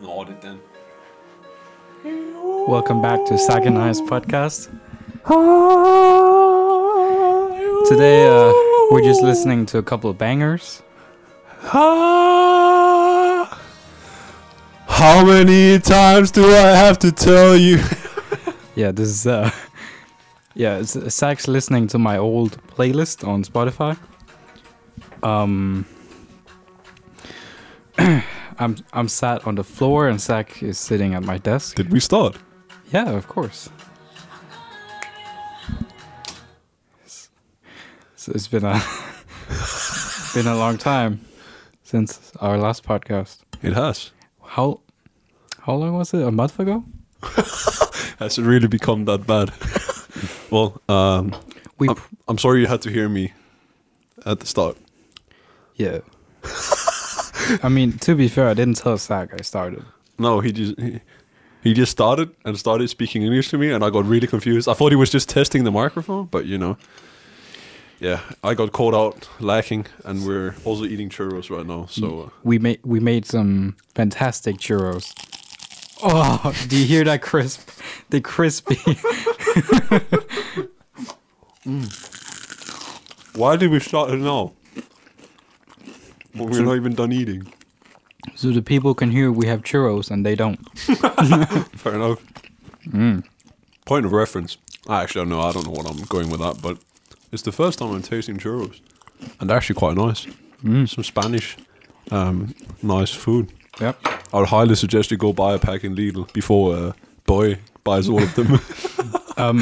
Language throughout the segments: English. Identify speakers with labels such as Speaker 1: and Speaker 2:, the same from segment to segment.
Speaker 1: an audit then.
Speaker 2: Welcome back to Sack and Eyes podcast. Today, uh, we're just listening to a couple of bangers.
Speaker 1: Ah! How many times do I have to tell you?
Speaker 2: Yeah, this is uh, yeah, it's, uh, Sack's listening to my old playlist on Spotify. Um, I'm I'm sat on the floor and Sack is sitting at my desk.
Speaker 1: Did we start?
Speaker 2: Yeah, of course. So it's been a been a long time since our last podcast.
Speaker 1: It has.
Speaker 2: How how long was it? A month ago?
Speaker 1: Has it really become that bad? well, um,
Speaker 2: We
Speaker 1: I'm, I'm sorry you had to hear me at the start.
Speaker 2: yeah. I mean, to be fair, I didn't tell Zach I started.
Speaker 1: No, he just he, he just started and started speaking English to me, and I got really confused. I thought he was just testing the microphone, but you know, yeah, I got caught out lacking, and we're also eating churros right now. So uh,
Speaker 2: We made we made some fantastic churros. Oh, do you hear that crisp? The crispy.
Speaker 1: why did we start it now? Well, we're not even done eating.
Speaker 2: so the people can hear we have churros and they don't.
Speaker 1: Fair enough. Point of reference. I actually don't know. I don't know what I'm going with that, but it's the first time I'm tasting churros, and they're actually quite nice. Some Spanish, um, nice food.
Speaker 2: Yep.
Speaker 1: I would highly suggest you go buy a pack in Lidl before uh, Boy buys all of them.
Speaker 2: Um,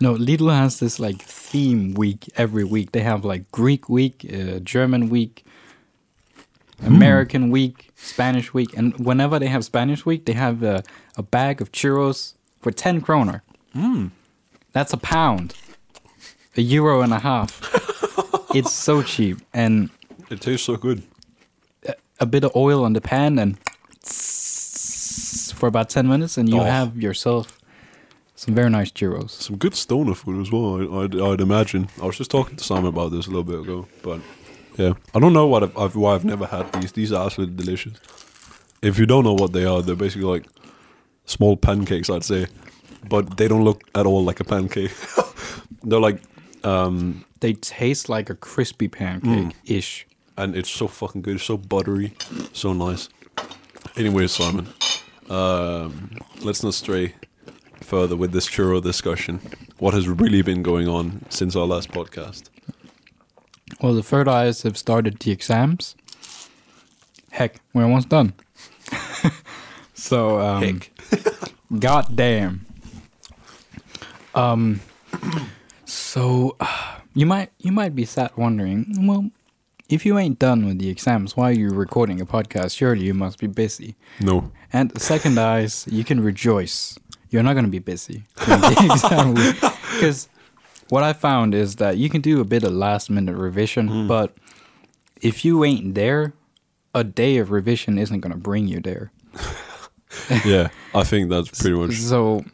Speaker 2: no, Lidl has this like theme week every week. They have like Greek week, uh, German week, American week, Spanish week, and whenever they have Spanish week, they have a, a bag of churros for ten kroner. That's a pound, a euro and a half. it's so cheap, and
Speaker 1: it tastes so good.
Speaker 2: a bit of oil on the pan, and for about ten minutes, and you
Speaker 1: Oh.
Speaker 2: have yourself some very nice churros.
Speaker 1: Some good stoner food as well, I, I'd, I'd imagine. I was just talking to Sam about this a little bit ago, but yeah. I don't know what I've, I've, why I've never had these. These are absolutely delicious. If you don't know what they are, they're basically like small pancakes, I'd say, but they don't look at all like a pancake. they're like, um,
Speaker 2: they taste like a crispy pancake ish.
Speaker 1: and it's so fucking good, so buttery, so nice. Anyway, Simon, um, let's not stray further with this churro discussion. What has really been going on since our last podcast?
Speaker 2: Well, the third eyes have started the exams. Heck, we're almost done. so, um, God damn. Um, so uh, you might you might be sat wondering, well, if you ain't done with the exams, why are you recording a podcast? Surely you must be busy.
Speaker 1: No.
Speaker 2: And second eyes, you can rejoice. You're not going to be busy because what I found is that you can do a bit of last minute revision, but if you ain't there, a day of revision isn't going to bring you there.
Speaker 1: Yeah, I think that's pretty much
Speaker 2: So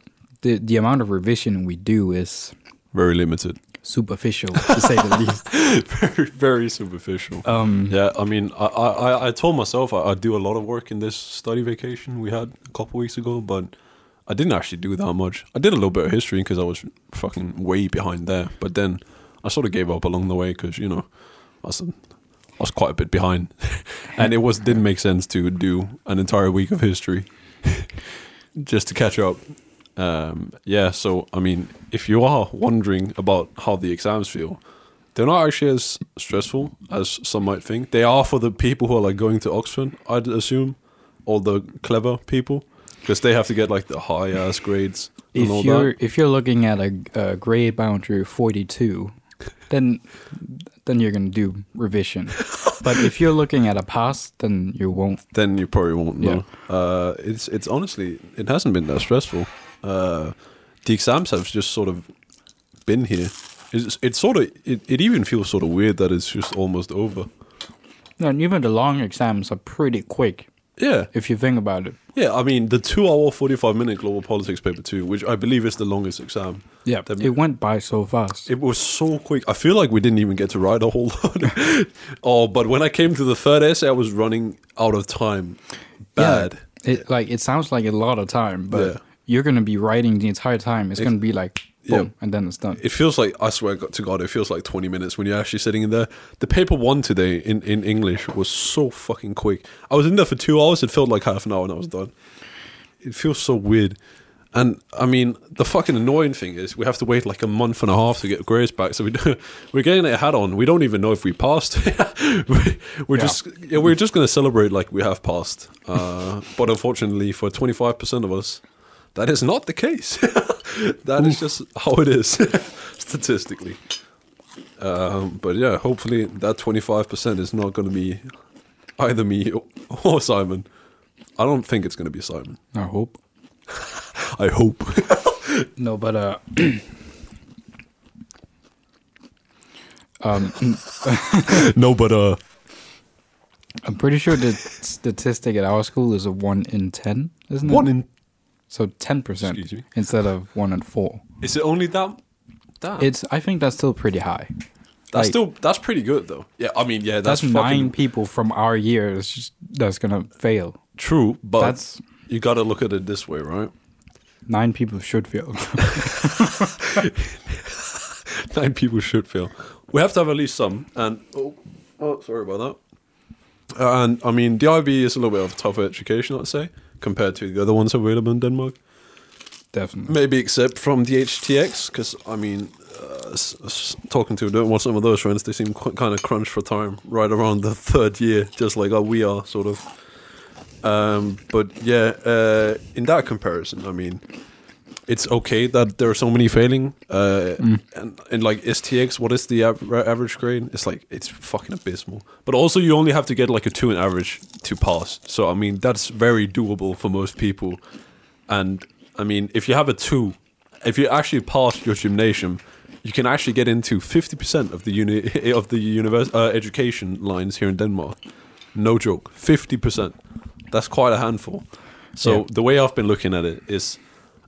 Speaker 2: the the amount of revision we do is
Speaker 1: very limited,
Speaker 2: superficial to say the least.
Speaker 1: very, very superficial.
Speaker 2: Um,
Speaker 1: yeah, I mean, I, I, I- I told myself I, I do a lot of work in this study vacation we had a couple weeks ago, but I didn't actually do that much. I did a little bit of history because I was fucking way behind there, but then I sort of gave up along the way because you know, I was, I was quite a bit behind, and it was didn't make sense to do an entire week of history just to catch up. Um, yeah, so I mean, if you are wondering about how the exams feel, they're not actually as stressful as some might think. They are for the people who are like going to Oxford, I'd assume, or the clever people, because they have to get like the high ass grades and all
Speaker 2: if you're
Speaker 1: that.
Speaker 2: if you're looking at a, a grade boundary of 42 then then you're gonna do revision but if you're looking at a pass then you won't
Speaker 1: Then you probably won't know. Uh, it's it's honestly it hasn't been that stressful. Uh, the exams have just sort of been here. It's, it's sort of it, it even feels sort of weird that it's just almost over.
Speaker 2: no, and even the long exams are pretty quick
Speaker 1: Yeah,
Speaker 2: if you think about it
Speaker 1: Yeah, I mean the two hour forty five minute global politics paper two, which I believe is the longest exam.
Speaker 2: yeah
Speaker 1: That-
Speaker 2: it went by so fast
Speaker 1: It was so quick. I feel like we didn't even get to write a whole lot. oh, but when I came to the third essay, I was running out of time bad.
Speaker 2: It like it sounds like a lot of time, but
Speaker 1: Yeah.
Speaker 2: you're gonna be writing the entire time. It's gonna be like
Speaker 1: Yeah.
Speaker 2: boom, and then it's done.
Speaker 1: It feels like I swear to God, it feels like twenty minutes when you're actually sitting in there. The paper one today in, in English was so fucking quick. I was in there for two hours. It felt like half an hour, and I was done. It feels so weird. And I mean, the fucking annoying thing is we have to wait like a month and a half to get grades back. So we do, we're getting a hat on. We don't even know if we passed. We- we're
Speaker 2: Yeah.
Speaker 1: just yeah, we're just gonna celebrate like we have passed. Uh, but unfortunately, for twenty five percent of us, that is not the case. That is just how it is statistically. Um, but yeah, hopefully that 25% is not going to be either me or, or Simon. I don't think it's going to be Simon.
Speaker 2: I hope.
Speaker 1: I hope.
Speaker 2: No, but uh. Um,
Speaker 1: no, but uh,
Speaker 2: I'm pretty sure the statistic at our school is a one in ten, isn't it?
Speaker 1: one in.
Speaker 2: so ten percent
Speaker 1: Excuse me.
Speaker 2: instead of one in four.
Speaker 1: Is it only that? Damn.
Speaker 2: It's I think that's still pretty high.
Speaker 1: that's
Speaker 2: like-
Speaker 1: still that's pretty good though. Yeah, I mean, yeah,
Speaker 2: That's,
Speaker 1: that's,
Speaker 2: nine
Speaker 1: fucking
Speaker 2: people from our year that's, just, that's gonna fail.
Speaker 1: true. But
Speaker 2: That's-
Speaker 1: you got to look at it this way, right?
Speaker 2: Nine people should fail.
Speaker 1: nine people should fail. We have to have at least some. And oh, oh sorry about that. And I mean, the IB is a little bit of a tougher education, I'd say, compared to the other ones available in Denmark.
Speaker 2: Definitely.
Speaker 1: Maybe except from the HTX, because I mean, uh, s- s- talking to them, well, some of those friends, they seem qu- kind of crunched for time right around the third year, just like uh, we are, sort of. Um, but yeah, uh, in that comparison, I mean, it's okay that there are so many failing. Uh, and, and like STX, what is the av- average grade? It's like it's fucking abysmal. But also, you only have to get like a two in average to pass. So I mean, that's very doable for most people. And I mean, if you have a two, if you actually pass your gymnasium, you can actually get into fifty percent of the uni of the univers- uh, education lines here in Denmark. No joke, fifty percent. That's quite a handful. So
Speaker 2: Yeah.
Speaker 1: the way I've been looking at it is,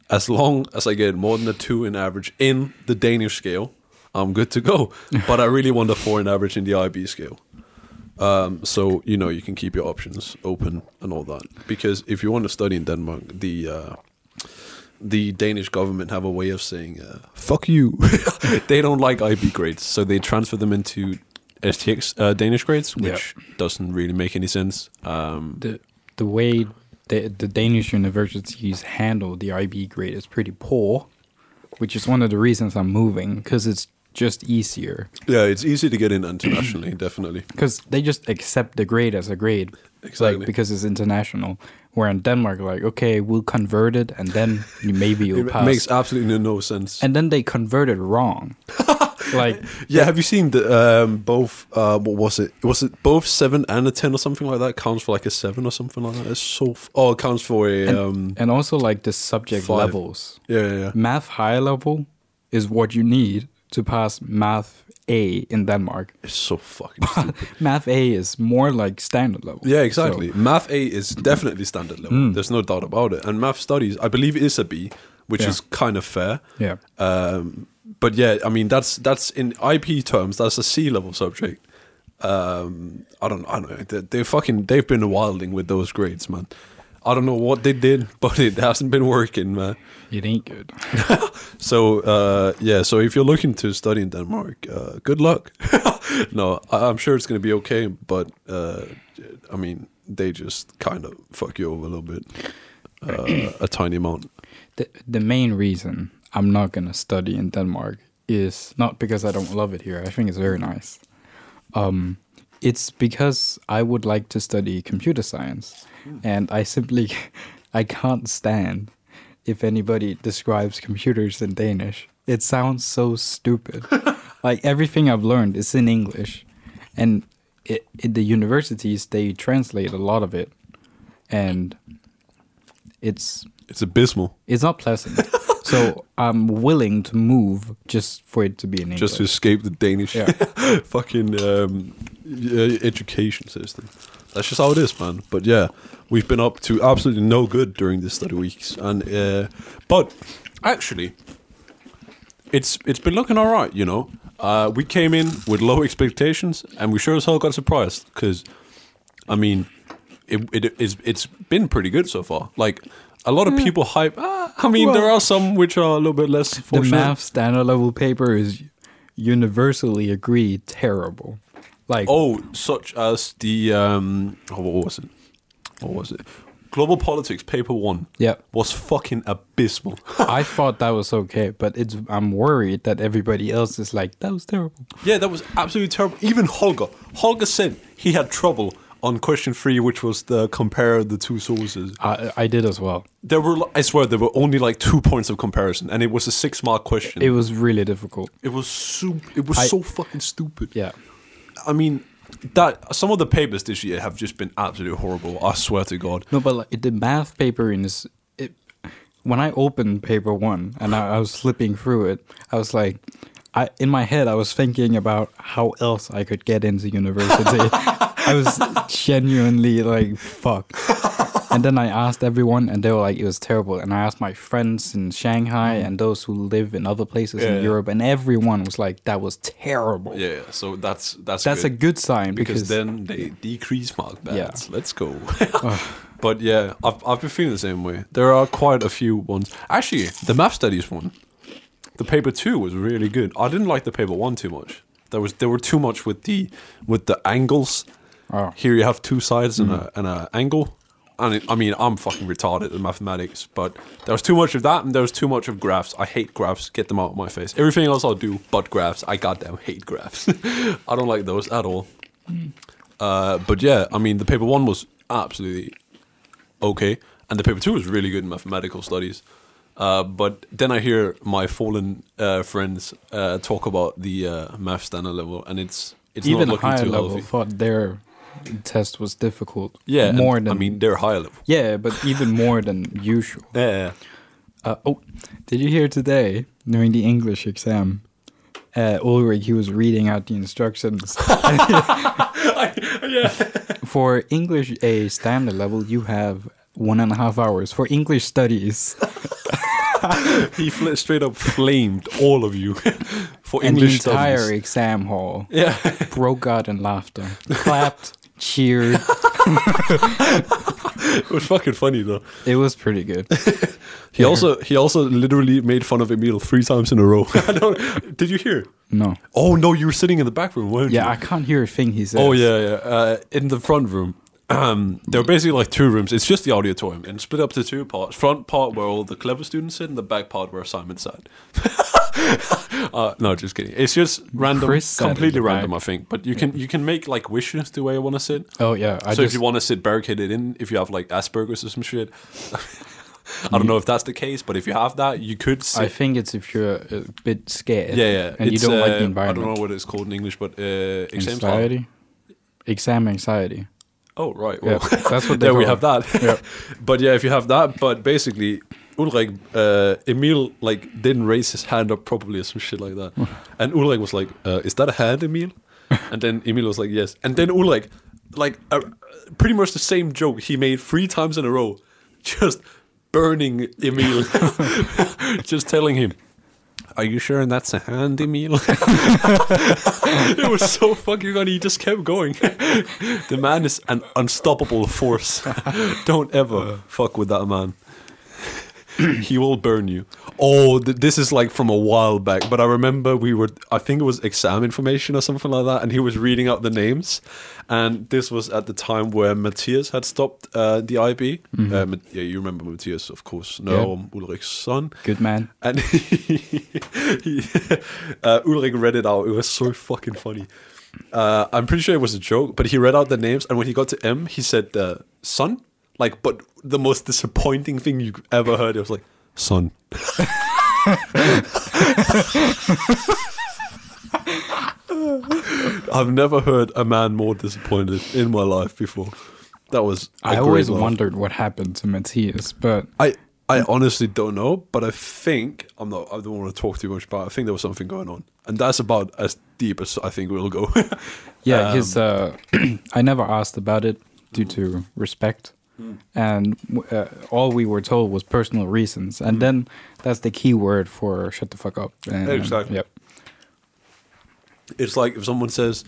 Speaker 1: as long as I get more than a two in average in the Danish scale, I'm good to go. but I really want a four in average in the IB scale. Um, so you know you can keep your options open and all that because if you want to study in Denmark, the uh, the Danish government have a way of saying uh, "fuck you." they don't like IB grades, so they transfer them into STX uh, Danish grades, which doesn't really make any sense. Um,
Speaker 2: The the way the, the Danish universities handle the IB grade is pretty poor, which is one of the reasons I'm moving because it's just easier
Speaker 1: yeah, it's easy to get in internationally, definitely.
Speaker 2: because they just accept the grade as a grade
Speaker 1: Exactly.
Speaker 2: like, because it's international. Where in Denmark, like okay, we'll convert it and then you, maybe you'll
Speaker 1: It
Speaker 2: pass.
Speaker 1: makes absolutely no sense.
Speaker 2: and then they converted wrong. like
Speaker 1: Yeah, have you seen the um, both? Uh, what was it? Was it both seven and a ten or something like that? Counts for like a seven or something like that. It's so f- oh, it counts for a um,
Speaker 2: and also like the subject
Speaker 1: Five.
Speaker 2: levels.
Speaker 1: yeah, yeah, yeah.
Speaker 2: Math high level is what you need to pass math A in Denmark.
Speaker 1: It's so fucking. stupid.
Speaker 2: Math A is more like standard level.
Speaker 1: yeah, exactly. math A is definitely standard level.
Speaker 2: Hmm.
Speaker 1: There's no doubt about it. And math studies, I believe, is a B, which
Speaker 2: Yeah.
Speaker 1: is kind of fair.
Speaker 2: So, yeah.
Speaker 1: Um, but yeah, I mean that's that's in IP terms that's a C level subject. Um, I don't I don't know they, they fucking they've been wilding with those grades, man. I don't know what they did, but it hasn't been working, man.
Speaker 2: It ain't good.
Speaker 1: So uh, yeah, so if you're looking to study in Denmark, uh, good luck. no, I, I'm sure it's gonna be okay, but uh, I mean they just kind of fuck you over a little bit, uh, a tiny amount.
Speaker 2: The, the main reason I'm not going to study in Denmark is not because I don't love it here. I think it's very nice. Um, it's because I would like to study computer science, and I simply I can't stand if anybody describes computers in Danish. It sounds so stupid. like everything I've learned is in English, and it, in the universities they translate a lot of it, and it's
Speaker 1: It's abysmal.
Speaker 2: it's not pleasant. so I'm willing to move just for it to be in English.
Speaker 1: just to escape the Danish
Speaker 2: Yeah.
Speaker 1: fucking um, e- education system. That's just how it is, man. But yeah, we've been up to absolutely no good during this study weeks, and uh, but actually, it's it's been looking all right. You know, uh, we came in with low expectations, and we sure as hell got surprised because, I mean. it, it is it's been pretty good so far. Like a lot of people hype. Ah, I mean, there are some which are a little bit less.
Speaker 2: Hmm. the
Speaker 1: fortunate.
Speaker 2: math standard level paper is universally agreed terrible. Like
Speaker 1: Oh, such as the um, oh, what was it? What was it? Global Politics Paper One.
Speaker 2: Yeah.
Speaker 1: was fucking abysmal.
Speaker 2: I thought that was okay, but it's I'm worried that everybody else is like that was terrible.
Speaker 1: yeah, that was absolutely terrible. Even Holger, Holger said he had trouble on question three, which was the compare the two sources.
Speaker 2: I I did as well.
Speaker 1: There were, li- I swear, there were only like two points of comparison, and it was a six mark question.
Speaker 2: It
Speaker 1: It,
Speaker 2: was really difficult.
Speaker 1: was so, it was
Speaker 2: I-
Speaker 1: so fucking stupid.
Speaker 2: Yeah.
Speaker 1: I mean, that some of the papers this year have just been absolutely horrible. I swear to God.
Speaker 2: No, but like the math paper in this, it, when I opened paper one and I, I was flipping through it, I was like, I in my head I was thinking about how else I could get into university. I was genuinely like, fuck. And then I asked everyone, and they were like, it was terrible. And I asked my friends in Shanghai and those who live in other places
Speaker 1: Yeah.
Speaker 2: in Europe, and everyone was like, that was terrible.
Speaker 1: Yeah, so that's that's
Speaker 2: That's
Speaker 1: good.
Speaker 2: a good sign
Speaker 1: because
Speaker 2: because,
Speaker 1: then they decrease mark
Speaker 2: Yeah.
Speaker 1: bands. Let's go. but yeah, I've, I've been feeling the same way. There are quite a few ones. Actually, the math studies one, the paper two was really good. I didn't like the paper one too much. There was there were too much with the with the angles.
Speaker 2: Oh. Mm.
Speaker 1: Here you have two sides and a and a angle. And it, I mean, I'm fucking retarded at mathematics, but there was too much of that, and there was too much of graphs. I hate graphs. Get them out of my face. Everything else I'll do, but graphs. I goddamn hate graphs. I don't like those at all. Uh, but yeah, I mean, the paper one was absolutely okay, and the paper two was really good in mathematical studies. Uh, but then I hear my fallen uh, friends uh, talk about the uh, math standard level, and it's it's
Speaker 2: even
Speaker 1: not looking
Speaker 2: higher
Speaker 1: too
Speaker 2: level
Speaker 1: healthy.
Speaker 2: thought their test was difficult.
Speaker 1: Yeah, and
Speaker 2: more than
Speaker 1: I mean, they're higher level.
Speaker 2: yeah, but even more than usual.
Speaker 1: Yeah,
Speaker 2: Uh, oh, did you hear today during the English exam? Uh, Ulrich, he was reading out the instructions. For English A standard level, you have one and a half hours. For English studies,
Speaker 1: he fl- straight up flamed all of you for
Speaker 2: and
Speaker 1: English
Speaker 2: the entire
Speaker 1: studies.
Speaker 2: exam hall
Speaker 1: Yeah,
Speaker 2: broke out in laughter, clapped, cheered.
Speaker 1: it was fucking funny though.
Speaker 2: It was pretty good.
Speaker 1: He also he also literally made fun of Emil three times in a row. I don't, did you hear?
Speaker 2: No,
Speaker 1: Oh no, you were sitting in the back room, weren't you?
Speaker 2: yeah, I can't hear a thing he says.
Speaker 1: Oh yeah, yeah. Uh, in the front room, um, there are basically like two rooms. It's just the auditorium and it's split up to two parts. Front part where all the clever students sit, and the back part where Simon sat. uh, no, just kidding. It's just random,
Speaker 2: Chris sat in
Speaker 1: completely
Speaker 2: the back.
Speaker 1: random. I think, but you can you can make like wishes to where you want to sit.
Speaker 2: Oh yeah, I
Speaker 1: so if
Speaker 2: just
Speaker 1: you want to sit barricaded in, if you have like Asperger's or some shit. I don't know if that's the case, but if you have that, you could sit
Speaker 2: I think it's if you're a bit scared.
Speaker 1: Yeah, yeah.
Speaker 2: And you
Speaker 1: It's,
Speaker 2: don't like
Speaker 1: uh,
Speaker 2: the environment.
Speaker 1: I don't know what it's called in English, but uh, exam style.
Speaker 2: anxiety. Exam anxiety.
Speaker 1: Oh, right.
Speaker 2: Yeah,
Speaker 1: Well,
Speaker 2: that's what they
Speaker 1: there we
Speaker 2: call
Speaker 1: have
Speaker 2: it.
Speaker 1: that.
Speaker 2: Yeah.
Speaker 1: but yeah, if you have that, but basically, Ulrich, uh, Emil, like, didn't raise his hand up properly or some shit like that. and Ulrich was like, uh, Is that a hand, Emil? and then Emil was like, Yes. And then Ulrich, like, uh, pretty much the same joke he made three times in a row, just burning Emil, just telling him, are you sure that's a handy meal? it was so fucking funny. He just kept going. the man is an unstoppable force. Don't ever fuck with that man. he will burn you. Oh, th- this is like from a while back, but I remember we were, I think it was exam information or something like that, and he was reading out the names. And this was at the time where Matthias had stopped uh, the IB. Uh, Mat- yeah, you remember Matthias, of course. No, Ulrich's son.
Speaker 2: Good man.
Speaker 1: And he, he, uh, Eh, Ulrich read it out. It was so fucking funny. Uh, I'm pretty sure it was a joke, but he read out the names, and when he got to M, he said uh, "son." Like, but the most disappointing thing you ever heard. It was like "son." I've never heard a man more disappointed in my life before. That was. a
Speaker 2: I
Speaker 1: great
Speaker 2: always
Speaker 1: laugh.
Speaker 2: wondered what happened to Matthias, but
Speaker 1: I I honestly don't know, but I think I'm not. I don't want to talk too much about. It. I think there was something going on, and that's about as deep as I think we'll go.
Speaker 2: yeah,
Speaker 1: Um,
Speaker 2: his. Uh, I never asked about it due to respect,
Speaker 1: Hmm.
Speaker 2: and w- uh, all we were told was personal reasons, and
Speaker 1: Hmm.
Speaker 2: then that's the key word for shut the fuck up. And,
Speaker 1: Exactly.
Speaker 2: Yep.
Speaker 1: it's like if someone says,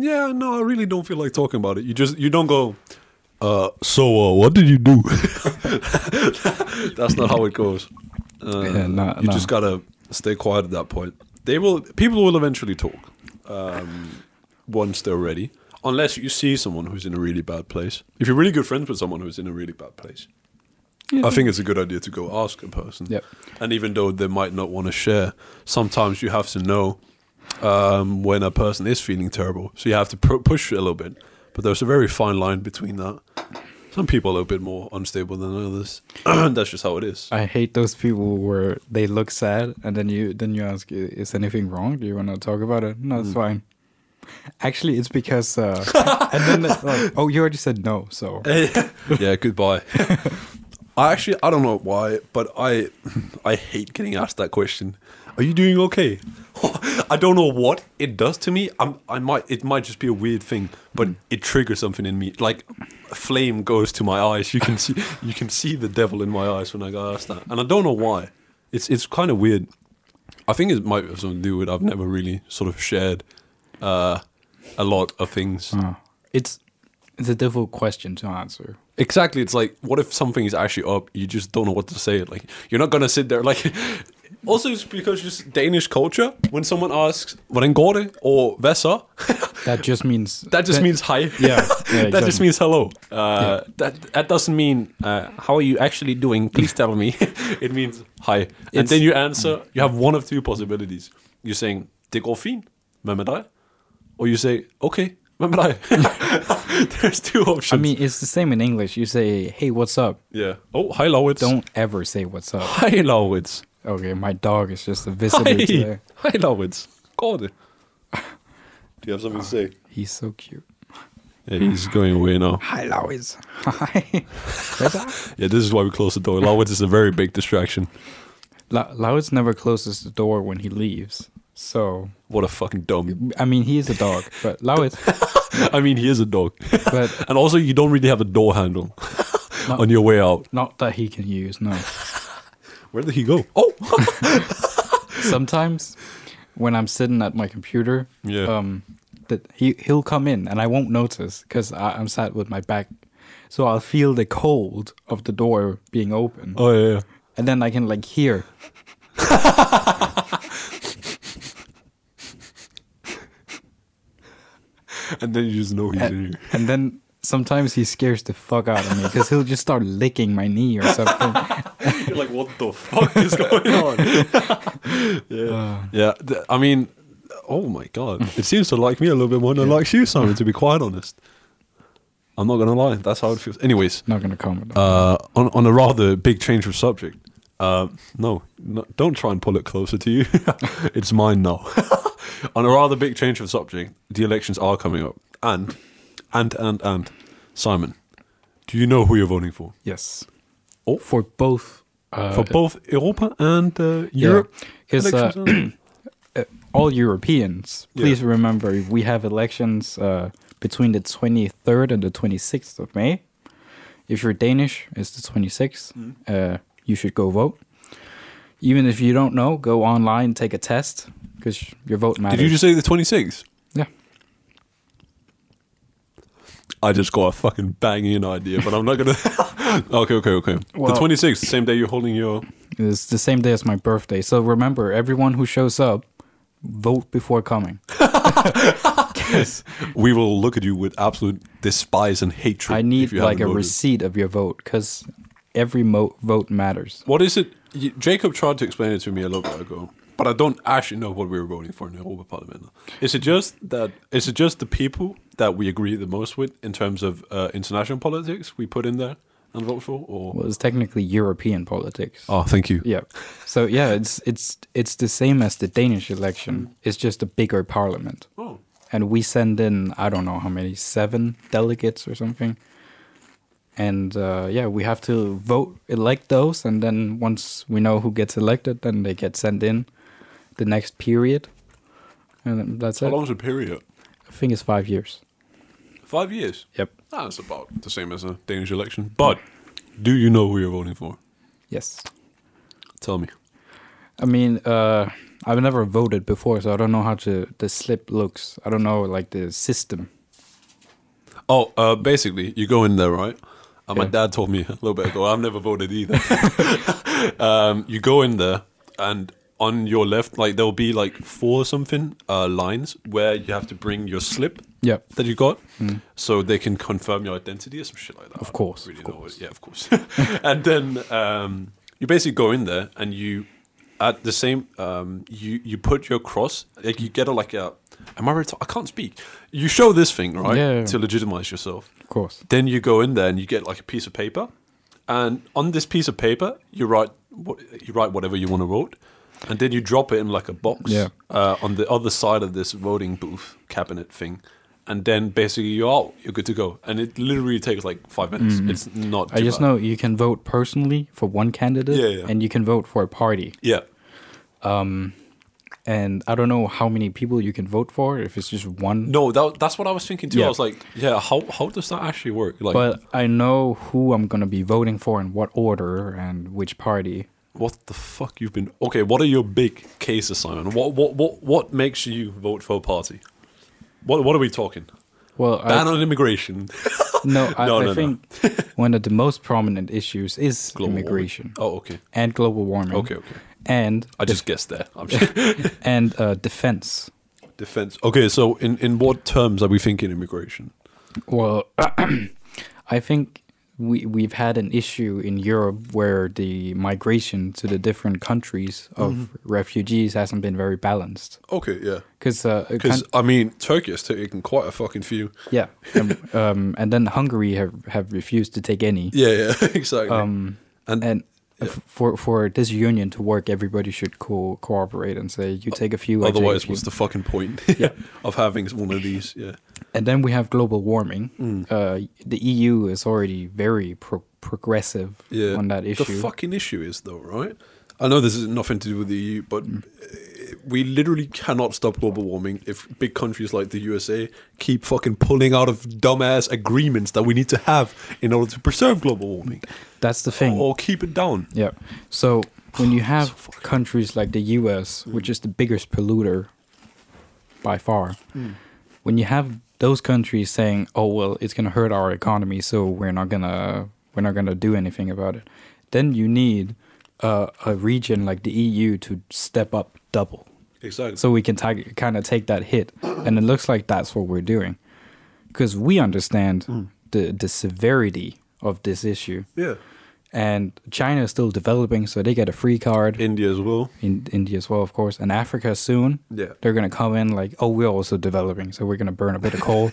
Speaker 1: "Yeah, no, I really don't feel like talking about it." You just you don't go. uh, so uh, what did you do? That's not how it goes. Uh,
Speaker 2: Yeah, no,
Speaker 1: you
Speaker 2: no.
Speaker 1: just gotta stay quiet at that point. They will. People will eventually talk um, once they're ready, unless you see someone who's in a really bad place. If you're really good friends with someone who's in a really bad place, I think it's a good idea to go ask a person.
Speaker 2: Yep.
Speaker 1: And even though they might not want to share, sometimes you have to know um, when a person is feeling terrible. So you have to pu- push a little bit. But there's a very fine line between that. Some people are a bit more unstable than others. That's just how it is.
Speaker 2: I hate those people where they look sad and then you then you ask, "I- "Is anything wrong? Do you want to talk about it?" No, it's
Speaker 1: Hmm.
Speaker 2: fine. Actually, it's because uh, and then they're like, oh, you already said no, so
Speaker 1: Uh, yeah, goodbye. I actually I don't know why, but I I hate getting asked that question. Are you doing okay? I don't know what it does to me. I'm, I might it might just be a weird thing, but it triggers something in me. Like a flame goes to my eyes. You can see you can see the devil in my eyes when I got asked that, and I don't know why. It's it's kind of weird. I think it might have something to do with I've never really sort of shared uh, a lot of things.
Speaker 2: Uh, it's it's a difficult question to answer.
Speaker 1: Exactly. It's like, what if something is actually up? You just don't know what to say. Like, you're not gonna sit there. Like, also it's because just Danish culture. When someone asks "Hvordan går det?" or "Vesser,"
Speaker 2: That just means
Speaker 1: that just means hi.
Speaker 2: yeah, yeah,
Speaker 1: that just
Speaker 2: exactly.
Speaker 1: means hello. Uh, That that doesn't mean uh, how are you actually doing? Please tell me. it means hi, and
Speaker 2: It's-
Speaker 1: then you answer. You have one of two possibilities. You're saying "Det går fint," hvad med dig? Or you say "Okay, hvad med dig?" There's two options.
Speaker 2: I mean, it's the same in English. You say, "Hey, what's up?"
Speaker 1: yeah. Oh, hi, Lowitz.
Speaker 2: Don't ever say "What's up."
Speaker 1: Hej Laurits.
Speaker 2: Okay, my dog is just a visitor
Speaker 1: Hej.
Speaker 2: today.
Speaker 1: Hej Laurits. Går det? Do you have something to say?
Speaker 2: He's so cute.
Speaker 1: Yeah, he's going away now.
Speaker 2: Hi, Lois. Hi.
Speaker 1: Yeah, this is why we close the door. Laurits is a very big distraction.
Speaker 2: La- Lois never closes the door when he leaves. So,
Speaker 1: What a fucking dumb.
Speaker 2: I mean, he is a dog, but Lois,
Speaker 1: I mean, he is a dog.
Speaker 2: but
Speaker 1: And also, you don't really have a door handle
Speaker 2: No.
Speaker 1: on your way out.
Speaker 2: not that he can use. No.
Speaker 1: Where did he go? Oh!
Speaker 2: Sometimes when I'm sitting at my computer,
Speaker 1: Yeah.
Speaker 2: um, that he he'll come in and I won't notice because I'm sat with my back, so I'll feel the cold of the door being open,
Speaker 1: Oh, yeah, yeah.
Speaker 2: and then I can like hear.
Speaker 1: And then you just know he's in
Speaker 2: And,
Speaker 1: here.
Speaker 2: and then sometimes he scares the fuck out of me because he'll just start licking my knee or something.
Speaker 1: You're like, what the fuck is going on? yeah. yeah. th- I mean, oh my God. It seems to like me a little bit more than it likes you, Simon, to be quite honest. I'm not going to lie. That's how it feels. Anyways,
Speaker 2: Not gonna comment.
Speaker 1: uh, on, on a rather big change of subject, uh, no, no, don't try and pull it closer to you. it's mine now. on a rather big change of subject, the elections are coming up. And, and, and, and, Simon, do you know who you're voting for?
Speaker 2: yes.
Speaker 1: Oh.
Speaker 2: For both. Uh,
Speaker 1: For both Europa and uh, Europe?
Speaker 2: Because
Speaker 1: elections
Speaker 2: uh,
Speaker 1: are-
Speaker 2: all Europeans,
Speaker 1: Yeah.
Speaker 2: please remember, we have elections uh, between the 23rd and the 26th of May. If you're Danish, it's the 26th.
Speaker 1: Mm-hmm.
Speaker 2: Uh, you should go vote. Even if you don't know, go online, take a test, because your vote matters.
Speaker 1: Did you just say the 26th?
Speaker 2: Yeah.
Speaker 1: I just got a fucking banging idea, but I'm not gonna. okay, okay, okay.
Speaker 2: Well-
Speaker 1: the 26th, same day you're holding your.
Speaker 2: It's the same day as my birthday. So remember, everyone who shows up, vote before coming.
Speaker 1: We will look at you with absolute despise and hatred.
Speaker 2: I need
Speaker 1: if you
Speaker 2: like a
Speaker 1: haven't voted.
Speaker 2: receipt of your vote because every mo- vote matters.
Speaker 1: What is it? y- Jacob tried to explain it to me a little bit ago, but I don't actually know what we were voting for in the Europa Parliament. Is it just that? Is it just the people that we agree the most with in terms of uh, international politics we put in there and vote for, or?
Speaker 2: Well, it's technically European politics.
Speaker 1: Oh, thank you.
Speaker 2: Yeah. So yeah, it's it's it's the same as the Danish election. It's just a bigger parliament,
Speaker 1: Oh.
Speaker 2: and we send in I don't know how many seven delegates or something. And uh, yeah, we have to vote, elect those, and then once we know who gets elected, then they get sent in the next period, and then that's
Speaker 1: How
Speaker 2: it.
Speaker 1: long's a period?
Speaker 2: I think it's five years.
Speaker 1: Five years. Hmm.
Speaker 2: Yep.
Speaker 1: Ah, That's about the same as a Danish election. But do you know who you're voting for?
Speaker 2: Yes.
Speaker 1: Tell me.
Speaker 2: I mean, uh, I've never voted before, so I don't know how to the slip looks. I don't know like the system.
Speaker 1: Oh, uh, basically, you go in there, right? And my
Speaker 2: Yeah.
Speaker 1: dad told me a little bit ago. I've never voted either. um, you go in there, and on your left, like there'll be like four or something uh, lines where you have to bring your slip
Speaker 2: Yeah.
Speaker 1: that you got, so they can confirm your identity or some shit like that. Of
Speaker 2: course,
Speaker 1: really know what- yeah, of course. and then um, you basically go in there and you, at the same, um, you you put your cross. Like you get a like a. Am I? Reti- I can't speak. You show this thing right
Speaker 2: Yeah.
Speaker 1: to legitimize yourself.
Speaker 2: Of course.
Speaker 1: Then you go in there and you get like a piece of paper, and on this piece of paper you write what you write whatever you want to vote, and then you drop it in like a box
Speaker 2: Yeah.
Speaker 1: uh, on the other side of this voting booth cabinet thing, and then basically you're out, you're good to go, and it literally takes like five minutes. It's not.
Speaker 2: Mm-hmm. I
Speaker 1: too
Speaker 2: just
Speaker 1: bad.
Speaker 2: know you can vote personally for one candidate
Speaker 1: Yeah, yeah.
Speaker 2: and you can vote for a party.
Speaker 1: Yeah,
Speaker 2: And I don't know how many people you can vote for if it's just one.
Speaker 1: no, that, that's what I was thinking too. I
Speaker 2: Yeah.
Speaker 1: was like, yeah, how how does that actually work? Like,
Speaker 2: But I know who I'm going to be voting for in what order and which party.
Speaker 1: what the fuck you've been? Okay, what are your big cases, Simon? What what what what makes you vote for a party? What what are we talking?
Speaker 2: Well,
Speaker 1: Ban
Speaker 2: I,
Speaker 1: on immigration.
Speaker 2: no, I,
Speaker 1: No,
Speaker 2: I
Speaker 1: no, no.
Speaker 2: think one of the most prominent issues is
Speaker 1: Global warming.
Speaker 2: immigration
Speaker 1: Oh, okay.
Speaker 2: and global warming.
Speaker 1: Okay, okay.
Speaker 2: And
Speaker 1: I just guessed there. I'm just-
Speaker 2: and uh, defense.
Speaker 1: Defense. Okay, so in, in what terms are we thinking immigration?
Speaker 2: Well, I think we we've had an issue in Europe where the migration to the different countries of
Speaker 1: Mm-hmm.
Speaker 2: refugees hasn't been very balanced.
Speaker 1: Okay, yeah.
Speaker 2: Because uh, a
Speaker 1: Because,
Speaker 2: coun-
Speaker 1: I mean, Turkey has taken quite a fucking few.
Speaker 2: yeah, and, um, and then Hungary have have refused to take any.
Speaker 1: Yeah, yeah, exactly. Um, and,
Speaker 2: And f- for for this union to work, everybody should co- cooperate and say you take a few. I take a
Speaker 1: otherwise,
Speaker 2: few."
Speaker 1: what's the fucking point
Speaker 2: Yeah.
Speaker 1: of having one of these? Yeah.
Speaker 2: And then we have global warming.
Speaker 1: Mm.
Speaker 2: Uh, the EU is already very pro- progressive
Speaker 1: yeah.
Speaker 2: on that issue.
Speaker 1: The fucking issue is, though, right? I know this is nothing to do with the EU, but
Speaker 2: Mm.
Speaker 1: uh, we literally cannot stop global warming if big countries like the USA keep fucking pulling out of dumbass agreements that we need to have in order to preserve global warming.
Speaker 2: That's the thing.
Speaker 1: or keep it down.
Speaker 2: Yeah. So when you have countries like the US, which is the biggest polluter by far, when you have those countries saying, "Oh well, it's going to hurt our economy, so we're not going to we're not going to do anything about it," then you need uh, a region like the EU to step up double,
Speaker 1: Exactly.
Speaker 2: so we can tag kind of take that hit. And it looks like that's what we're doing, because we understand the the severity of this issue
Speaker 1: yeah.
Speaker 2: and China is still developing, so they get a free card in,
Speaker 1: India as well.
Speaker 2: India as well, of course, and Africa soon.
Speaker 1: Yeah.
Speaker 2: they're gonna come in like, oh, we're also developing, so we're gonna burn a bit of coal. Uh,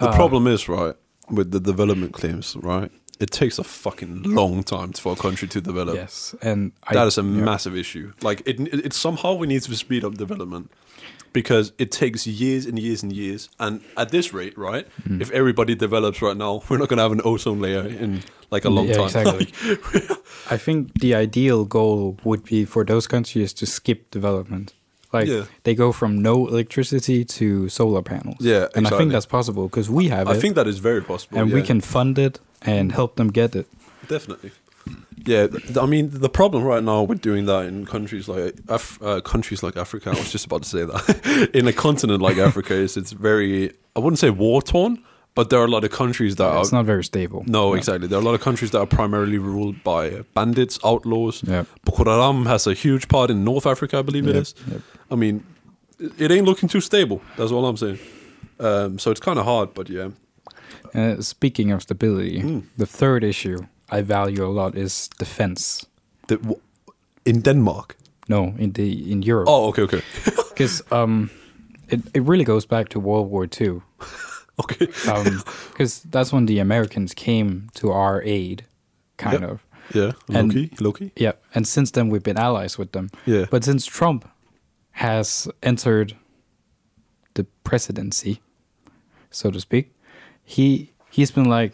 Speaker 1: The problem is, right, with the development claims, right? It takes a fucking long time for a country to develop.
Speaker 2: yes, and
Speaker 1: That is a
Speaker 2: yeah.
Speaker 1: massive issue. Like it, it, it somehow we need to speed up development because it takes years and years and years. And at this rate, right,
Speaker 2: Hmm.
Speaker 1: if everybody develops right now, we're not going to have an ozone layer in like a long
Speaker 2: Mm, Yeah,
Speaker 1: time.
Speaker 2: exactly.
Speaker 1: Like,
Speaker 2: I think the ideal goal would be for those countries to skip development. Like
Speaker 1: Yeah.
Speaker 2: they go from no electricity to solar panels.
Speaker 1: Yeah,
Speaker 2: and I
Speaker 1: exactly.
Speaker 2: think that's possible because we have
Speaker 1: I
Speaker 2: it,
Speaker 1: think that is very possible.
Speaker 2: and we
Speaker 1: yeah.
Speaker 2: can fund it and help them get it.
Speaker 1: Definitely. Yeah, th- I mean the problem right now with doing that in countries like Af- uh, countries like Africa. I was just about to say that in a continent like Africa is it's very I wouldn't say war torn, but there are a lot of countries that are
Speaker 2: It's not very stable.
Speaker 1: Uh, no, exactly. There are a lot of countries that are primarily ruled by bandits, outlaws.
Speaker 2: Yeah.
Speaker 1: Boko Haram has a huge part in North Africa, I believe it
Speaker 2: Yep,
Speaker 1: is.
Speaker 2: yep.
Speaker 1: I mean, it it ain't looking too stable. That's all I'm saying. Um, so it's kind of hard, but yeah.
Speaker 2: Uh, speaking of stability,
Speaker 1: Hmm.
Speaker 2: the third issue I value a lot is defense.
Speaker 1: The, w- in Denmark.
Speaker 2: No, in the in Europe,
Speaker 1: Oh, okay, okay,
Speaker 2: because um, it it really goes back to World War II,
Speaker 1: okay.
Speaker 2: because that's when the Americans came to our aid, kind
Speaker 1: Yep.
Speaker 2: of.
Speaker 1: Yeah,
Speaker 2: And-
Speaker 1: Loki. Loki.
Speaker 2: Yeah, and since then we've been allies with them.
Speaker 1: Yeah.
Speaker 2: But since Trump has entered the presidency, so to speak, he he's been like,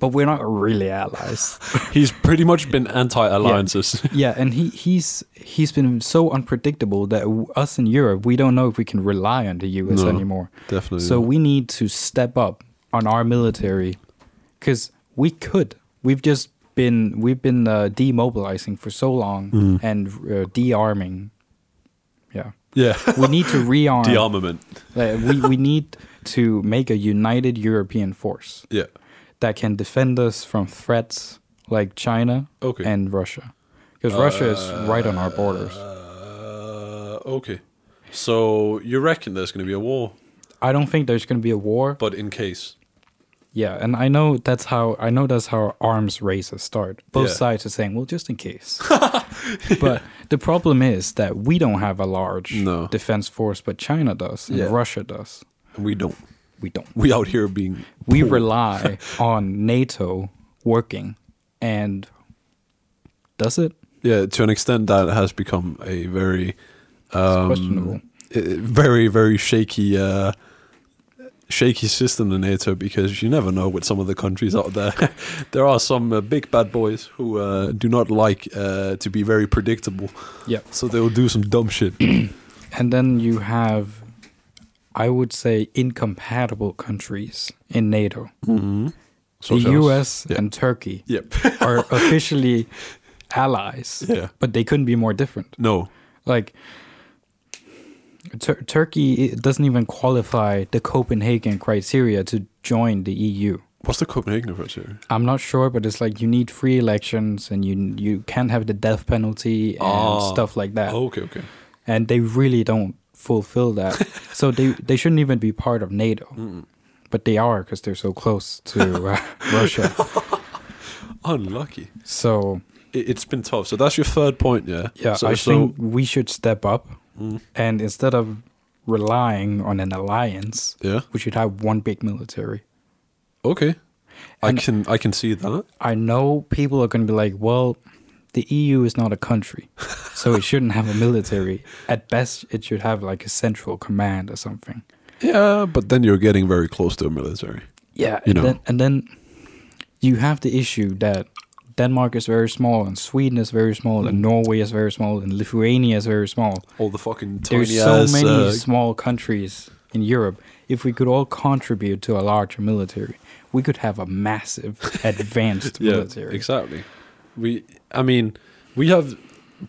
Speaker 2: but we're not really allies.
Speaker 1: He's pretty much been anti-alliances.
Speaker 2: yeah, and he he's he's been so unpredictable that w- us in Europe we don't know if we can rely on the US
Speaker 1: No,
Speaker 2: anymore.
Speaker 1: definitely
Speaker 2: So
Speaker 1: not.
Speaker 2: we need to step up on our military because we could. We've just been we've
Speaker 1: Mm.
Speaker 2: been uh, demobilizing for so long and uh, de-arming. Yeah,
Speaker 1: Yeah.
Speaker 2: We need to rearm.
Speaker 1: Dearmament.
Speaker 2: Like, we, we need to make a united European force
Speaker 1: Yeah.
Speaker 2: that can defend us from threats like China
Speaker 1: Okay.
Speaker 2: and Russia. Because Russia is right on our borders.
Speaker 1: Uh, okay. So you reckon there's going to be a war,
Speaker 2: I don't think there's going to be a war.
Speaker 1: but in case.
Speaker 2: yeah, and I know that's how I know that's how arms races start. Both
Speaker 1: Yeah.
Speaker 2: sides are saying, "Well, just in case." But the problem is that we don't have a large
Speaker 1: No.
Speaker 2: defense force, but China does and
Speaker 1: Yeah.
Speaker 2: Russia does.
Speaker 1: We don't.
Speaker 2: We don't.
Speaker 1: We out here being.
Speaker 2: We
Speaker 1: poor.
Speaker 2: rely on NATO working, and does it?
Speaker 1: Yeah, to an extent that has become a very,
Speaker 2: It's questionable.
Speaker 1: uh, very, very shaky, uh, shaky system in NATO because you never know with some of the countries out there. there are some uh, big bad boys who uh, do not like uh, to be very predictable,
Speaker 2: Yeah.
Speaker 1: so they will do some dumb shit.
Speaker 2: And then you have, I would say, incompatible countries in NATO.
Speaker 1: mm-hmm.
Speaker 2: The U.S.
Speaker 1: Yeah.
Speaker 2: and Turkey
Speaker 1: Yep.
Speaker 2: are officially allies,
Speaker 1: Yeah.
Speaker 2: but they couldn't be more different.
Speaker 1: No.
Speaker 2: Like Tur- Turkey it doesn't even qualify the Copenhagen criteria to join the EU.
Speaker 1: What's the Copenhagen criteria?
Speaker 2: I'm not sure, but it's like you need free elections and you you can't have the death penalty and
Speaker 1: Ah.
Speaker 2: stuff like that.
Speaker 1: Oh, okay, okay.
Speaker 2: and they really don't fulfill that. so they they shouldn't even be part of NATO, but they are because they're so close to uh, Russia.
Speaker 1: Unlucky.
Speaker 2: So
Speaker 1: It, it's been tough. So that's your third point, yeah?
Speaker 2: yeah,
Speaker 1: So,
Speaker 2: I
Speaker 1: so-
Speaker 2: think we should step up,
Speaker 1: Mm.
Speaker 2: and instead of relying on an alliance,
Speaker 1: Yeah.
Speaker 2: we should have one big military.
Speaker 1: Okay. I
Speaker 2: And-
Speaker 1: can I can see that.
Speaker 2: I know people are going to be like, well. The EU is not a country, so it shouldn't have a military. At best, it should have like a central command or something.
Speaker 1: Yeah, but then you're getting very close to a military.
Speaker 2: Yeah,
Speaker 1: You
Speaker 2: and
Speaker 1: know.
Speaker 2: then, and then you have the issue that Denmark is very small, and Sweden is very small,
Speaker 1: Mm.
Speaker 2: and Norway is very small, and Lithuania is very small.
Speaker 1: All the fucking tiny
Speaker 2: There's so
Speaker 1: ass,
Speaker 2: many
Speaker 1: uh,
Speaker 2: small countries in Europe. If we could all contribute to a larger military, we could have a massive advanced
Speaker 1: yeah,
Speaker 2: military.
Speaker 1: exactly. We, I mean, we have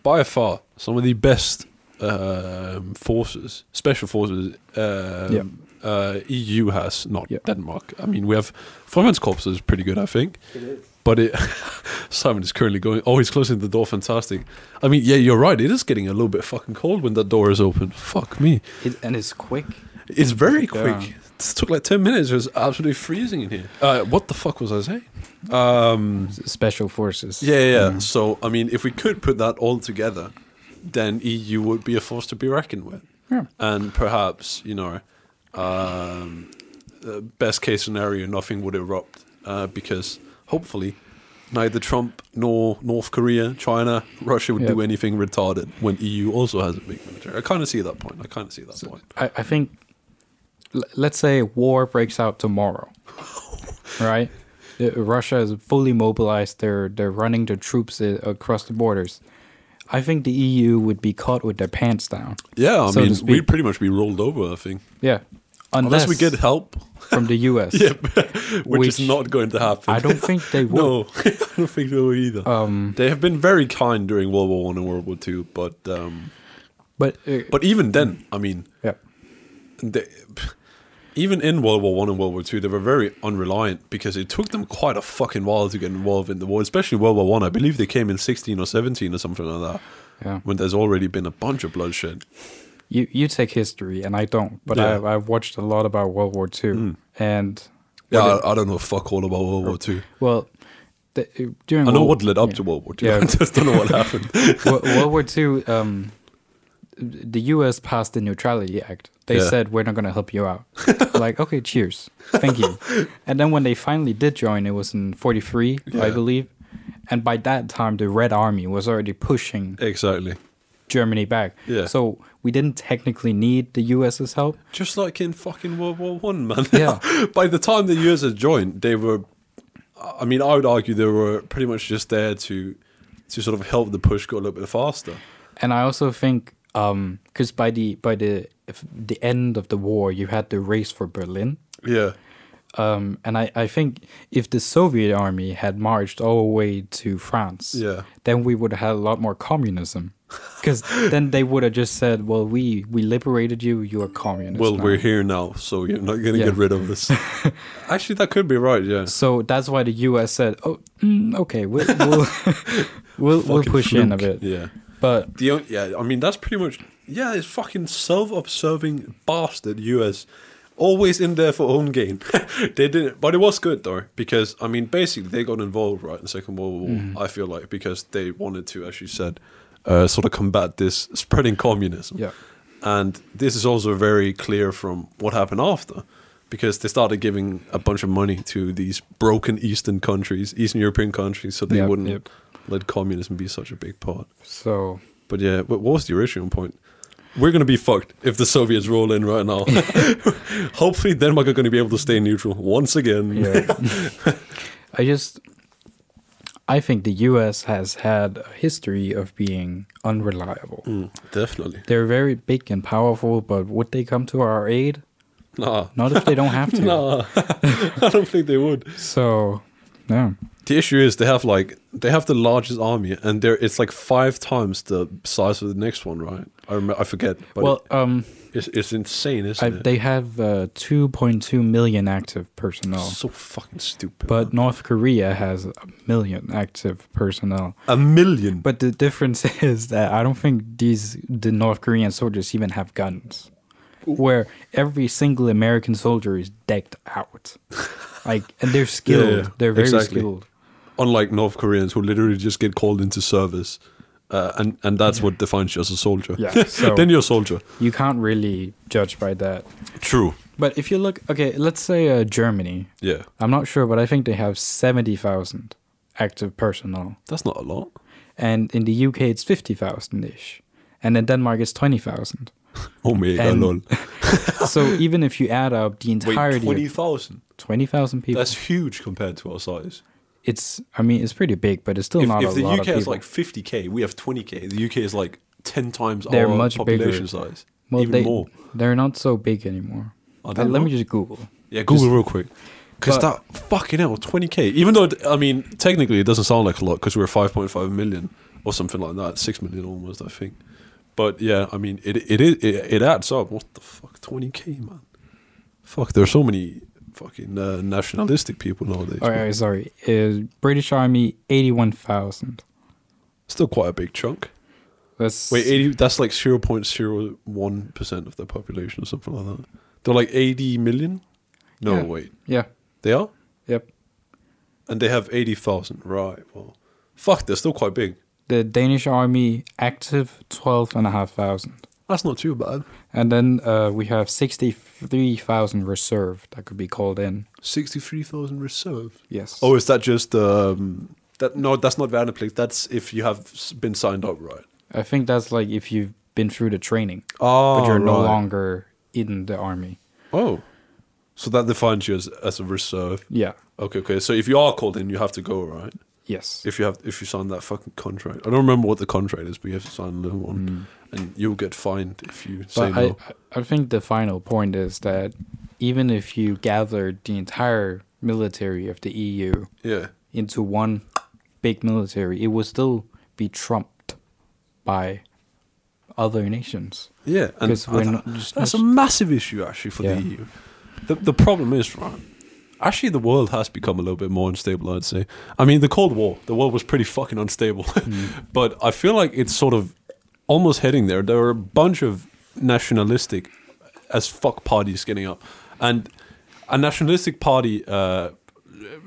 Speaker 1: by far some of the best um, forces, special forces. Um,
Speaker 2: Yeah.
Speaker 1: uh, EU has not
Speaker 2: Yeah.
Speaker 1: Denmark. I mean, we have Frømandskorps is pretty good, I think. It is. But it, Simon is currently going. Oh, he's closing the door. Fantastic. I mean, yeah, you're right. It is getting a little bit fucking cold when that door is open. Fuck me.
Speaker 2: It, and it's quick.
Speaker 1: It's very quick.
Speaker 2: Yeah.
Speaker 1: This took like 10 minutes. It was absolutely freezing in here. Uh, what the fuck was I saying? Um,
Speaker 2: S- Special forces.
Speaker 1: yeah, yeah,
Speaker 2: Mm-hmm.
Speaker 1: yeah. So, I mean, if we could put that all together, then EU would be a force to be reckoned with.
Speaker 2: Yeah.
Speaker 1: And perhaps, you know, um, uh, best case scenario, nothing would erupt uh, because hopefully neither Trump nor North Korea, China, Russia would
Speaker 2: Yeah.
Speaker 1: do anything retarded when EU also has a big military. I kind of see that point. I kind of see that point.
Speaker 2: I, I think, l- let's say war breaks out tomorrow, right? Uh, Russia is fully mobilized. They're they're running their troops i- across the borders. I think the EU would be caught with their pants down.
Speaker 1: Yeah, I
Speaker 2: so to
Speaker 1: mean,
Speaker 2: speak.
Speaker 1: we'd pretty much be rolled over, I think.
Speaker 2: Yeah,
Speaker 1: Unless,
Speaker 2: unless,
Speaker 1: we get help,
Speaker 2: from the U.S.
Speaker 1: which, is
Speaker 2: Which-
Speaker 1: not going to happen.
Speaker 2: I don't think they would.
Speaker 1: No, I don't think they will either.
Speaker 2: Um,
Speaker 1: they have been very kind during World War One and World War Two, but um,
Speaker 2: but uh,
Speaker 1: but even then, I mean,
Speaker 2: yeah,
Speaker 1: they, even in World War One and World War Two, they were very unreliant because it took them quite a fucking while to get involved in the war, especially World War One. I. I believe they came in sixteen or seventeen or something like that,
Speaker 2: yeah.
Speaker 1: when there's already been a bunch of bloodshed.
Speaker 2: You you take history, and I don't. But
Speaker 1: Yeah. Hmm.
Speaker 2: I've I've watched a lot about World War II, and
Speaker 1: Yeah,
Speaker 2: what it-
Speaker 1: I, I don't know fuck all about World War Two.
Speaker 2: well, the, during
Speaker 1: I know
Speaker 2: World-
Speaker 1: what led up
Speaker 2: yeah.
Speaker 1: to World War Two.
Speaker 2: Yeah.
Speaker 1: I just don't know what happened.
Speaker 2: Wo- World War II, um, the U.S. passed the Neutrality Act. They
Speaker 1: Yeah.
Speaker 2: said we're not going to help you out. like, okay, cheers, thank you. And then when they finally did join, it was in '43, I
Speaker 1: Yeah.
Speaker 2: believe. And by that time, the Red Army was already pushing
Speaker 1: Exactly.
Speaker 2: Germany back.
Speaker 1: Yeah.
Speaker 2: So we didn't technically need the U.S.'s help.
Speaker 1: Just like in fucking World War One, man.
Speaker 2: Yeah.
Speaker 1: By the time the US had joined, they were. I mean, I would argue they were pretty much just there to, to sort of help the push go a little bit faster.
Speaker 2: And I also think, um, because by the by the if the end of the war, you had the race for Berlin.
Speaker 1: Yeah.
Speaker 2: Um, and I, I think if the Soviet army had marched all the way to France,
Speaker 1: Yeah.
Speaker 2: then we would have had a lot more communism. Because then they would have just said, well, we, we liberated you, you are communist.
Speaker 1: Well,
Speaker 2: now."
Speaker 1: we're here now, so you're not gonna
Speaker 2: Yeah.
Speaker 1: get rid of us. Actually, that could be right. Yeah,
Speaker 2: So that's why the US said, oh, mm, okay, we'll, we'll, we'll, we'll
Speaker 1: Fucking
Speaker 2: push in a
Speaker 1: fluke.
Speaker 2: bit.
Speaker 1: Yeah.
Speaker 2: But
Speaker 1: The on- yeah, I mean that's pretty much yeah, it's fucking self-observing bastard US, always in there for own gain. they didn't, but it was good though because I mean basically they got involved right in the Second World War.
Speaker 2: Mm-hmm.
Speaker 1: I feel like because they wanted to, as you said, uh, sort of combat this spreading communism.
Speaker 2: Yeah.
Speaker 1: and this is also very clear from what happened after. Because they started giving a bunch of money to these broken Eastern countries, Eastern European countries, so they
Speaker 2: Yep,
Speaker 1: wouldn't
Speaker 2: yep.
Speaker 1: let communism be such a big part.
Speaker 2: so
Speaker 1: But yeah, what what was the original point? We're gonna be fucked if the Soviets roll in right now. Hopefully, Denmark are gonna be able to stay neutral once again.
Speaker 2: Yeah. I just I think the US has had a history of being unreliable.
Speaker 1: Mm, definitely.
Speaker 2: They're very big and powerful, but would they come to our aid?
Speaker 1: Nah,
Speaker 2: Not if they don't have to.
Speaker 1: nah. I don't think they would.
Speaker 2: So no.
Speaker 1: The issue is they have like they have the largest army, and they're it's like five times the size of the next one, right? I remember, I forget, but
Speaker 2: well, um
Speaker 1: it's, it's insane, isn't
Speaker 2: I,
Speaker 1: it?
Speaker 2: they have uh, 2.2 million active personnel.
Speaker 1: so fucking stupid.
Speaker 2: But
Speaker 1: man.
Speaker 2: North Korea has a million active personnel.
Speaker 1: a million.
Speaker 2: But the difference is that I don't think these the North Korean soldiers even have guns. Where every single American soldier is decked out. Like and they're skilled.
Speaker 1: yeah,
Speaker 2: They're very
Speaker 1: exactly.
Speaker 2: skilled.
Speaker 1: unlike North Koreans who literally just get called into service, uh, and and that's what defines you as a soldier.
Speaker 2: Yeah, so-
Speaker 1: then you're a soldier.
Speaker 2: You can't really judge by that.
Speaker 1: True.
Speaker 2: But if you look okay, let's say uh, Germany.
Speaker 1: Yeah,
Speaker 2: I'm not sure, but I think they have 70,000 active personnel.
Speaker 1: that's not a lot.
Speaker 2: And in the UK it's 50,000 ish. And in Denmark it's 20,000.
Speaker 1: Oh my god,
Speaker 2: And
Speaker 1: lol.
Speaker 2: so even if you add up the entirety of
Speaker 1: thousand.
Speaker 2: 20,000 people
Speaker 1: huge compared to our size.
Speaker 2: it's I mean it's pretty big, but it's still not a lot of people.
Speaker 1: fifty k, we have twenty k. The UK is like ten times
Speaker 2: They're our much population bigger.
Speaker 1: size,
Speaker 2: well, they, They're not so big anymore.
Speaker 1: Are they
Speaker 2: Uh, let
Speaker 1: Oh, not?
Speaker 2: me just Google.
Speaker 1: Yeah, Google real quick. Because
Speaker 2: But-
Speaker 1: that fucking hell, twenty k. Even though it- I mean, technically, it doesn't sound like a lot because we're five point five million or something like that, six million almost, I think. But yeah, I mean, it it is it, it adds up. What the fuck, twenty k, man? Fuck, there's so many fucking uh, nationalistic people nowadays.
Speaker 2: All
Speaker 1: man.
Speaker 2: right, Oh, sorry. Uh, British Army eighty-one thousand.
Speaker 1: Still quite a big chunk.
Speaker 2: That's
Speaker 1: Wait, eighty. That's like zero point zero one percent of the population or something like that. They're like eighty million. No,
Speaker 2: Yeah.
Speaker 1: wait,
Speaker 2: Yeah.
Speaker 1: they are.
Speaker 2: Yep.
Speaker 1: and they have 80,000. Right. Well, fuck, they're still quite big.
Speaker 2: The Danish Army active twelve and a half thousand,
Speaker 1: That's not too bad.
Speaker 2: and then uh, we have sixty-three thousand reserve that could be called in.
Speaker 1: 63,000 reserve.
Speaker 2: Yes.
Speaker 1: Oh, is that just um that no, that's not Vanderplicht. That's if you have s- been signed up, right?
Speaker 2: I think that's like if you've been through the training,
Speaker 1: Oh,
Speaker 2: but you're no longer in the army.
Speaker 1: Oh. So that defines you as, as a reserve.
Speaker 2: Yeah.
Speaker 1: Okay, okay. So if you are called in, you have to go, right?
Speaker 2: Yes.
Speaker 1: If you have if you sign that fucking contract. I don't remember what the contract is, but you have to sign another one. And you'll get fined if you say
Speaker 2: Hmm. But I,
Speaker 1: no.
Speaker 2: I I think the final point is that even if you gathered the entire military of the EU
Speaker 1: yeah.
Speaker 2: into one big military, it would still be trumped by other nations.
Speaker 1: Yeah, and
Speaker 2: Because we're
Speaker 1: I-
Speaker 2: not just-
Speaker 1: that's a massive issue actually for
Speaker 2: Yeah.
Speaker 1: the EU. The, the problem is, right? Actually, the world has become a little bit more unstable. I'd say. I mean, the Cold War, the world was pretty fucking unstable,
Speaker 2: Mm.
Speaker 1: but I feel like it's sort of almost heading there. There are a bunch of nationalistic as fuck parties getting up, and a nationalistic party, uh,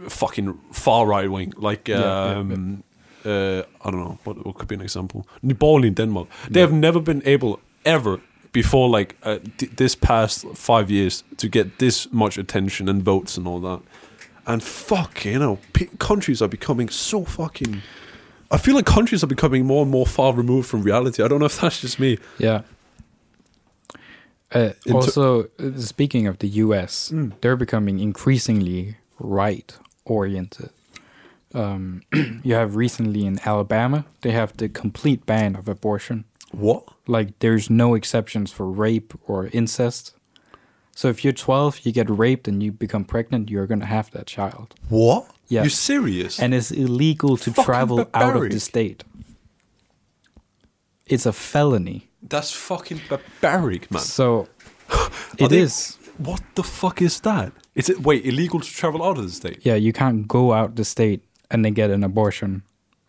Speaker 1: fucking far right wing, like
Speaker 2: yeah, yeah.
Speaker 1: um, uh, I don't know what, what could be an example. Nepal in Denmark, they have never been able ever before like uh, th- this past five years to get this much attention and votes and all that. And fuck, you know, p- countries are becoming so fucking. I feel like countries are becoming more and more far removed from reality. I don't know if that's just me.
Speaker 2: Yeah. Uh,
Speaker 1: In ter-
Speaker 2: also, uh, speaking of the US,
Speaker 1: Mm.
Speaker 2: they're becoming increasingly right oriented. Um, you have recently in Alabama, they have the complete ban of abortion.
Speaker 1: What?
Speaker 2: like there's no exceptions for rape or incest So if you're 12, you get raped and you become pregnant, you're going to have that child.
Speaker 1: What?
Speaker 2: Yeah.
Speaker 1: You're serious?
Speaker 2: And it's illegal to
Speaker 1: Fucking
Speaker 2: travel out of the
Speaker 1: barbaric.
Speaker 2: state. It's a felony.
Speaker 1: That's fucking barbaric, man.
Speaker 2: So
Speaker 1: Are
Speaker 2: it
Speaker 1: they-
Speaker 2: is.
Speaker 1: What the fuck is that? Is it wait illegal to travel out of the state?
Speaker 2: Yeah, you can't go out the state and then get an abortion.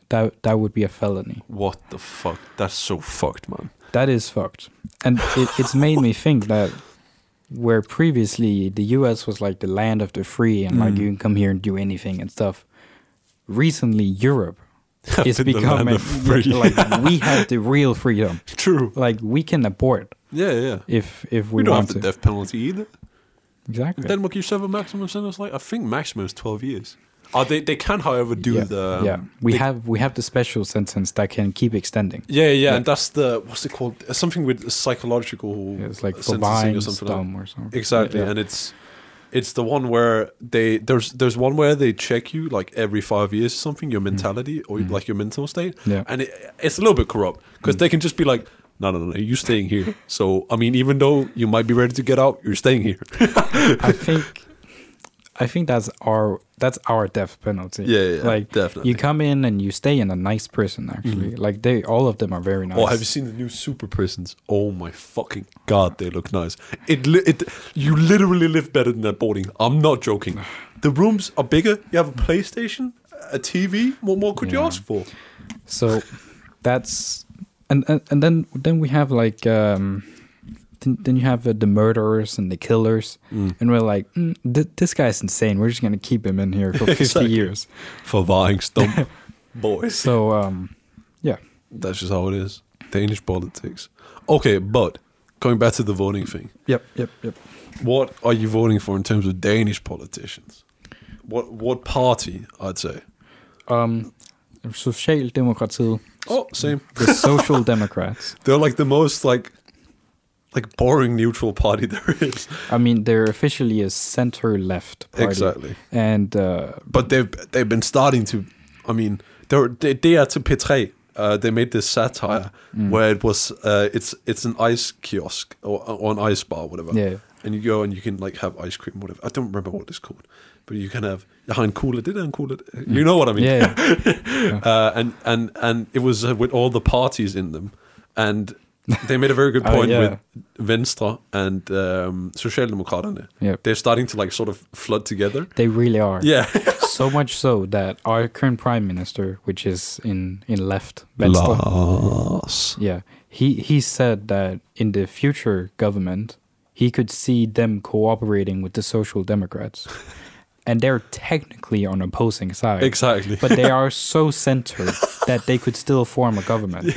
Speaker 2: That that would be a felony.
Speaker 1: What the fuck? That's so fucked, man.
Speaker 2: That is fucked. And it, it's made me think that where previously the US was like the land of the free and
Speaker 1: Mm.
Speaker 2: like you can come here and do anything and stuff, recently Europe is
Speaker 1: been the land
Speaker 2: becoming
Speaker 1: of free.
Speaker 2: like we have the real freedom.
Speaker 1: True.
Speaker 2: Like we can abort
Speaker 1: Yeah, yeah.
Speaker 2: if if we,
Speaker 1: We, don't
Speaker 2: want
Speaker 1: have the
Speaker 2: to.
Speaker 1: death penalty either.
Speaker 2: exactly.
Speaker 1: Denmark, you serve a maximum sentence like I think maximum is twelve years. Oh, they they can, however, do
Speaker 2: yeah.
Speaker 1: the um,
Speaker 2: yeah. We
Speaker 1: they-
Speaker 2: have we have the special sentence that can keep extending.
Speaker 1: yeah, yeah, and that's the what's it called? Uh, Something with psychological
Speaker 2: Yeah, It's like for
Speaker 1: sentencing
Speaker 2: buying
Speaker 1: or something. Like.
Speaker 2: dumb or something.
Speaker 1: Exactly,
Speaker 2: Yeah.
Speaker 1: and it's it's the one where they there's there's one where they check you like every five years or something your mentality or like your mental state,
Speaker 2: Mm. Yeah. Mm.
Speaker 1: and it, it's a little bit corrupt because they can just be like. No, no, no! You're staying here. So, I mean, even though you might be ready to get out, you're staying here.
Speaker 2: I think I think that's our that's our death penalty.
Speaker 1: Yeah, yeah, yeah,
Speaker 2: like
Speaker 1: definitely. Mhm.
Speaker 2: You come in and you stay in a nice prison. Actually, like they all of them are very nice.
Speaker 1: Oh, have you seen the new super prisons? Oh my fucking god, they look nice. It, li- it you literally live better than that boarding. I'm not joking. The rooms are bigger. You have a PlayStation, a TV. What more could you
Speaker 2: Yeah.
Speaker 1: ask for?
Speaker 2: so that's and, and and then then we have like um then, then you have uh, the murderers and the killers, and we're like, mm, th- this guy's insane. We're just gonna keep him in here for fifty
Speaker 1: Exactly.
Speaker 2: years.
Speaker 1: For vying stump boys.
Speaker 2: So um, yeah,
Speaker 1: That's just how it is. Danish politics. Okay, but going back to the voting thing,
Speaker 2: yep, yep, yep.
Speaker 1: what are you voting for in terms of Danish politicians? What what party? I'd say.
Speaker 2: Um, Socialdemokratiet,
Speaker 1: Oh, same.
Speaker 2: the Social Democrats.
Speaker 1: They're like the most like like boring neutral party there is.
Speaker 2: I mean, they're officially a center left party.
Speaker 1: Exactly.
Speaker 2: And uh,
Speaker 1: But they've they've been starting to I mean they're they, they are to Petre. Uh, they made this satire where it was uh, it's it's an ice kiosk or, or an ice bar whatever.
Speaker 2: Yeah.
Speaker 1: And you go and you can like have ice cream whatever. I don't remember what it's called. But you can have behind cooler did and cooler. You know what I mean?
Speaker 2: yeah, yeah.
Speaker 1: uh, and and and it was uh, with all the parties in them, and they made a very good
Speaker 2: Oh,
Speaker 1: point
Speaker 2: yeah.
Speaker 1: with Venstre and um, Socialdemokraterne.
Speaker 2: Yep.
Speaker 1: They're starting to like sort of flood together.
Speaker 2: they really are.
Speaker 1: Yeah,
Speaker 2: So much so that our current prime minister, which is in in left, Venstre,
Speaker 1: Lars.
Speaker 2: yeah, he he said that in the future government, he could see them cooperating with the Social Democrats, and they're technically on opposing sides.
Speaker 1: Exactly.
Speaker 2: But they are so centered that they could still form a government.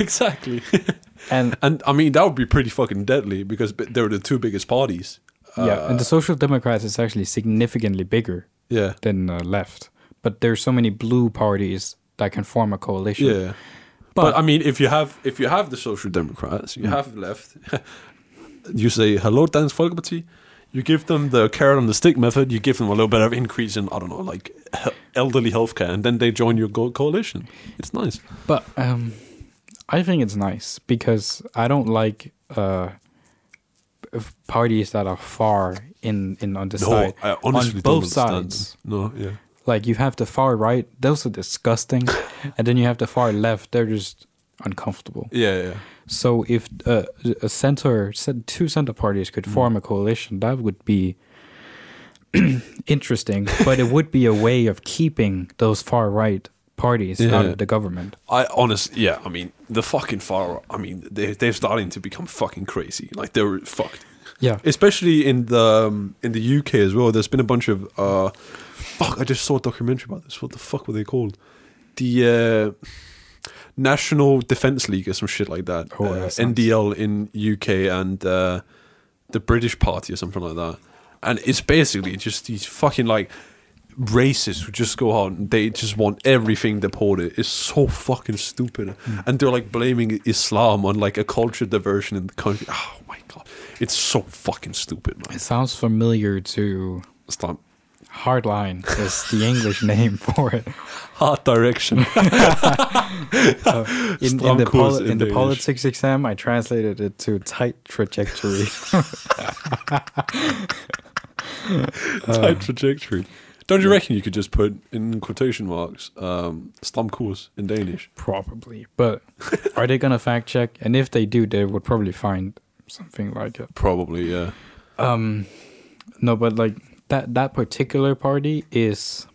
Speaker 1: exactly.
Speaker 2: And
Speaker 1: and I mean that would be pretty fucking deadly because b- they're the two biggest parties. Uh,
Speaker 2: yeah, and the Social Democrats is actually significantly bigger
Speaker 1: Yeah.
Speaker 2: than uh, left. But there's so many blue parties that can form a coalition.
Speaker 1: Yeah. But, I mean, if you have if you have the Social Democrats, you
Speaker 2: Hmm.
Speaker 1: have left. you say hello, Dansk Folkeparti. You give them the carrot on the stick method. You give them a little bit of increase in I don't know, like he- elderly healthcare, and then they join your go- coalition. It's nice.
Speaker 2: But um, I think it's nice because I don't like uh, f- parties that are far in, in on the side.
Speaker 1: I honestly
Speaker 2: on
Speaker 1: don't
Speaker 2: both
Speaker 1: understand.
Speaker 2: sides.
Speaker 1: No, yeah,
Speaker 2: Like you have the far right, those are disgusting. and then you have the far left, they're just uncomfortable.
Speaker 1: yeah, yeah.
Speaker 2: So if uh, a center, cen- two center parties
Speaker 1: Mm.
Speaker 2: could form a coalition, that would be interesting. but it would be a way of keeping those far right parties out
Speaker 1: Yeah.
Speaker 2: of the government.
Speaker 1: I honestly, yeah. I mean, the fucking far. I mean, they they're starting to become fucking crazy. Like they're fucked.
Speaker 2: Yeah,
Speaker 1: especially in the um, in the UK as well. There's been a bunch of uh, fuck. I just saw a documentary about this. What the fuck were they called? The uh, National Defence League or some shit like that.
Speaker 2: Oh,
Speaker 1: Uh,
Speaker 2: that sounds-
Speaker 1: NDL in UK and uh, the British Party or something like that. And it's basically just these fucking like racists who just go out and they just want everything deported. It's so fucking stupid. And they're like blaming Islam on like a culture diversion in the country. Oh my god. It's so fucking stupid, man.
Speaker 2: it sounds familiar to
Speaker 1: Stop.
Speaker 2: Hardline is the English name for it.
Speaker 1: Hard direction.
Speaker 2: In, in
Speaker 1: Stram
Speaker 2: the,
Speaker 1: kurs
Speaker 2: poli-
Speaker 1: in
Speaker 2: in the
Speaker 1: Danish.
Speaker 2: politics exam, I translated it to tight trajectory.
Speaker 1: type trajectory. Don't you reckon you could just put in quotation marks um, "stam kurs" in Danish?
Speaker 2: Probably. But are they going to fact check? And if they do, they would probably find something like it.
Speaker 1: Probably, yeah.
Speaker 2: Um, no, but like that that particular party is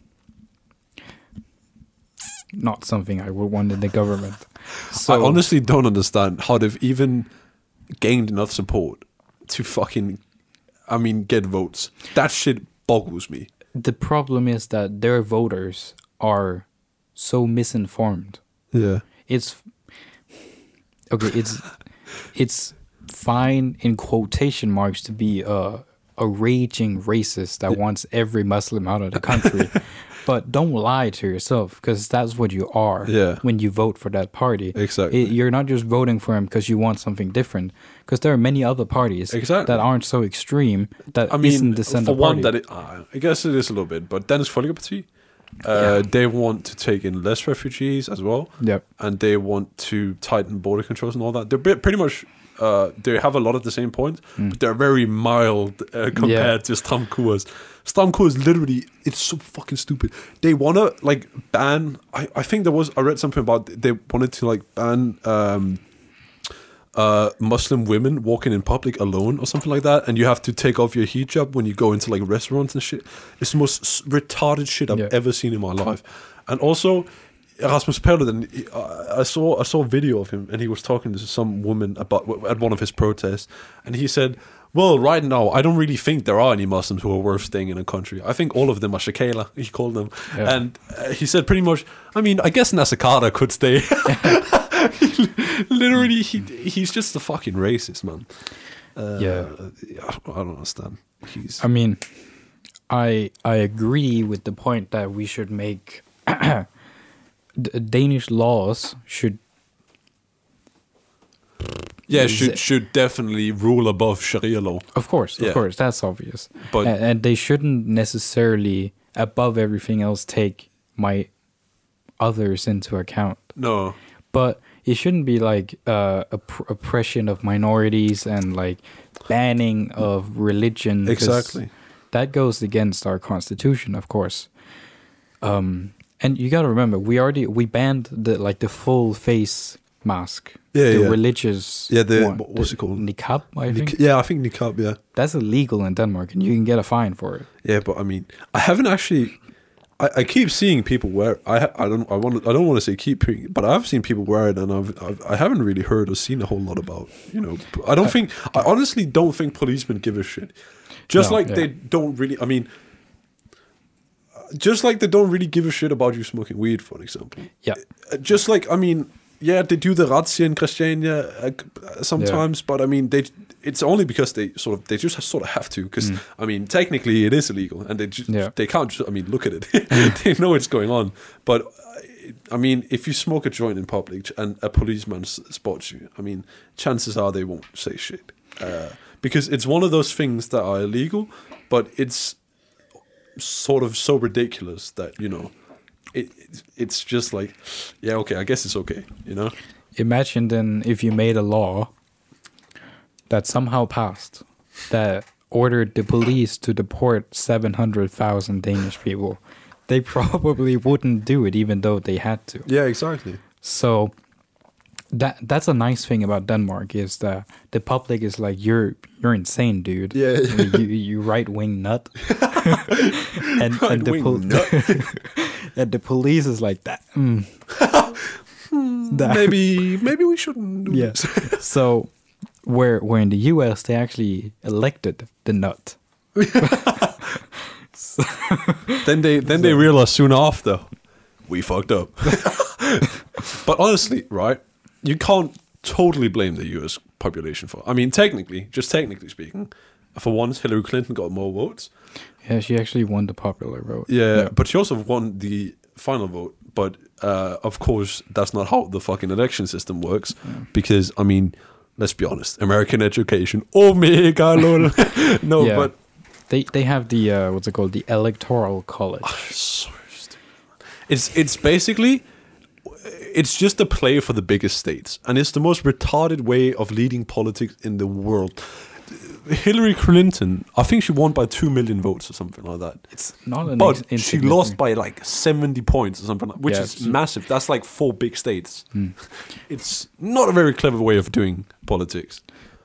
Speaker 2: not something I would want in the government. So
Speaker 1: I honestly don't understand how they've even gained enough support to fucking, I mean, get votes. That shit boggles me.
Speaker 2: the problem is that their voters are so misinformed.
Speaker 1: Yeah.
Speaker 2: It's okay. It's it's fine in quotation marks to be a a raging racist that wants every Muslim out of the country, but don't lie to yourself because that's what you are
Speaker 1: Yeah.
Speaker 2: when you vote for that party.
Speaker 1: Exactly.
Speaker 2: It- you're not just voting for him because you want something different. Because there are many other parties
Speaker 1: Exactly.
Speaker 2: that aren't so extreme that
Speaker 1: I mean,
Speaker 2: not the
Speaker 1: for
Speaker 2: center
Speaker 1: one,
Speaker 2: party.
Speaker 1: that it, uh, I guess it is a little bit, but Dennis Folkeparti, uh, they want to take in less refugees as well.
Speaker 2: Yep.
Speaker 1: and they want to tighten border controls and all that. They're pre- pretty much uh, they have a lot of the same points,
Speaker 2: Mm.
Speaker 1: but they're very mild uh, compared to Stam Kurs. Stam Kurs literally it's so fucking stupid. They want to like ban. I, I think there was I read something about they wanted to like ban. Um, uh, Muslim women walking in public alone or something like that, and you have to take off your hijab when you go into like restaurants and shit. It's the most s- retarded shit I've
Speaker 2: Yeah.
Speaker 1: ever seen in my life. And also, Rasmus Paludan, he- I I saw I saw a video of him, and he was talking to some woman about at one of his protests, and he said. Well, right now, I don't really think there are any Muslims who are worth staying in a country. I think all of them are Shakela, he called them.
Speaker 2: Yeah.
Speaker 1: And uh, he said pretty much, I mean, I guess Nasakata could stay. Literally, he he's just a fucking racist, man. Uh,
Speaker 2: Yeah.
Speaker 1: I don't, I don't understand. He's
Speaker 2: I mean, I I agree with the point that we should make D- Danish laws should
Speaker 1: yeah,
Speaker 2: is
Speaker 1: should
Speaker 2: it-
Speaker 1: should definitely rule above Sharia law.
Speaker 2: Of course, of
Speaker 1: Yeah.
Speaker 2: course, that's obvious.
Speaker 1: But-
Speaker 2: But and, and they shouldn't necessarily, above everything else, take my others into account.
Speaker 1: No,
Speaker 2: But it shouldn't be like uh, opp- oppression of minorities and like banning of religion. 'cause
Speaker 1: Exactly.
Speaker 2: That goes against our constitution, of course. Um, and you gotta remember, we already we banned the like the full face mask.
Speaker 1: Yeah,
Speaker 2: the
Speaker 1: yeah.
Speaker 2: religious.
Speaker 1: Yeah, the-
Speaker 2: one,
Speaker 1: what- what's it called?
Speaker 2: Niqab, I think
Speaker 1: yeah, I think niqab. Yeah,
Speaker 2: that's illegal in Denmark, and you can get a fine for it.
Speaker 1: yeah, but I mean, I haven't actually. I, I keep seeing people wear. I ha- I don't I want I don't want to say keep, pe- but I've seen people wear it, and I've, I've I haven't really heard or seen a whole lot about. You know, p- I don't think I honestly don't think policemen give a shit. Just
Speaker 2: No,
Speaker 1: like
Speaker 2: yeah.
Speaker 1: they don't really. I mean, just like they don't really give a shit about you smoking weed, for example.
Speaker 2: Yeah,
Speaker 1: Uh, just like I mean, yeah, they do the razzia in Christiania uh, c- uh, sometimes, but I mean, they it's only because they sort of they just sort of have to because I mean, technically it is illegal, and they just,
Speaker 2: Mm. Yeah.
Speaker 1: they can't. Just, I mean, look at it; they know it's going on. But uh, I mean, if you smoke a joint in public and a policeman s- spots you, I mean, chances are they won't say shit uh, because it's one of those things that are illegal, but it's sort of so ridiculous that you know it, it it's just like yeah okay i guess it's okay you know
Speaker 2: imagine then if you made a law that somehow passed that ordered the police to deport seven hundred thousand Danish people. They probably wouldn't do it, even though they had to.
Speaker 1: yeah exactly
Speaker 2: So that that's a nice thing about Denmark is that the public is like you're you're insane, dude.
Speaker 1: Yeah.
Speaker 2: you you right wing nut. and and the
Speaker 1: Right-wing
Speaker 2: pol- and the police is like that. Mm. that
Speaker 1: maybe maybe we shouldn't do
Speaker 2: yeah.
Speaker 1: this
Speaker 2: so where where in the U.S. they actually elected the nut.
Speaker 1: then they then they realize soon after we fucked up but honestly right you can't totally blame the us population for i mean technically just technically speaking for once hillary clinton got more votes
Speaker 2: Yeah, she actually won the popular vote.
Speaker 1: Yeah, but she also won the final vote. But uh, of course, that's not how the fucking election system works. Because I mean, let's be honest, American education. Oh my god, lol. no,
Speaker 2: Yeah.
Speaker 1: but
Speaker 2: They they have the uh, what's it called? The electoral college.
Speaker 1: Ah, So stupid. It's it's basically it's just a play for the biggest states, and it's the most retarded way of leading politics in the world. Hillary Clinton, I think she won by two million votes or something like that.
Speaker 2: It's not an
Speaker 1: But
Speaker 2: ins-
Speaker 1: she lost
Speaker 2: insignificant-
Speaker 1: by like seventy points or something, like, which
Speaker 2: Yeah, Hmm.
Speaker 1: is
Speaker 2: it's-
Speaker 1: massive. That's like four big states. It's not a very clever way of doing politics.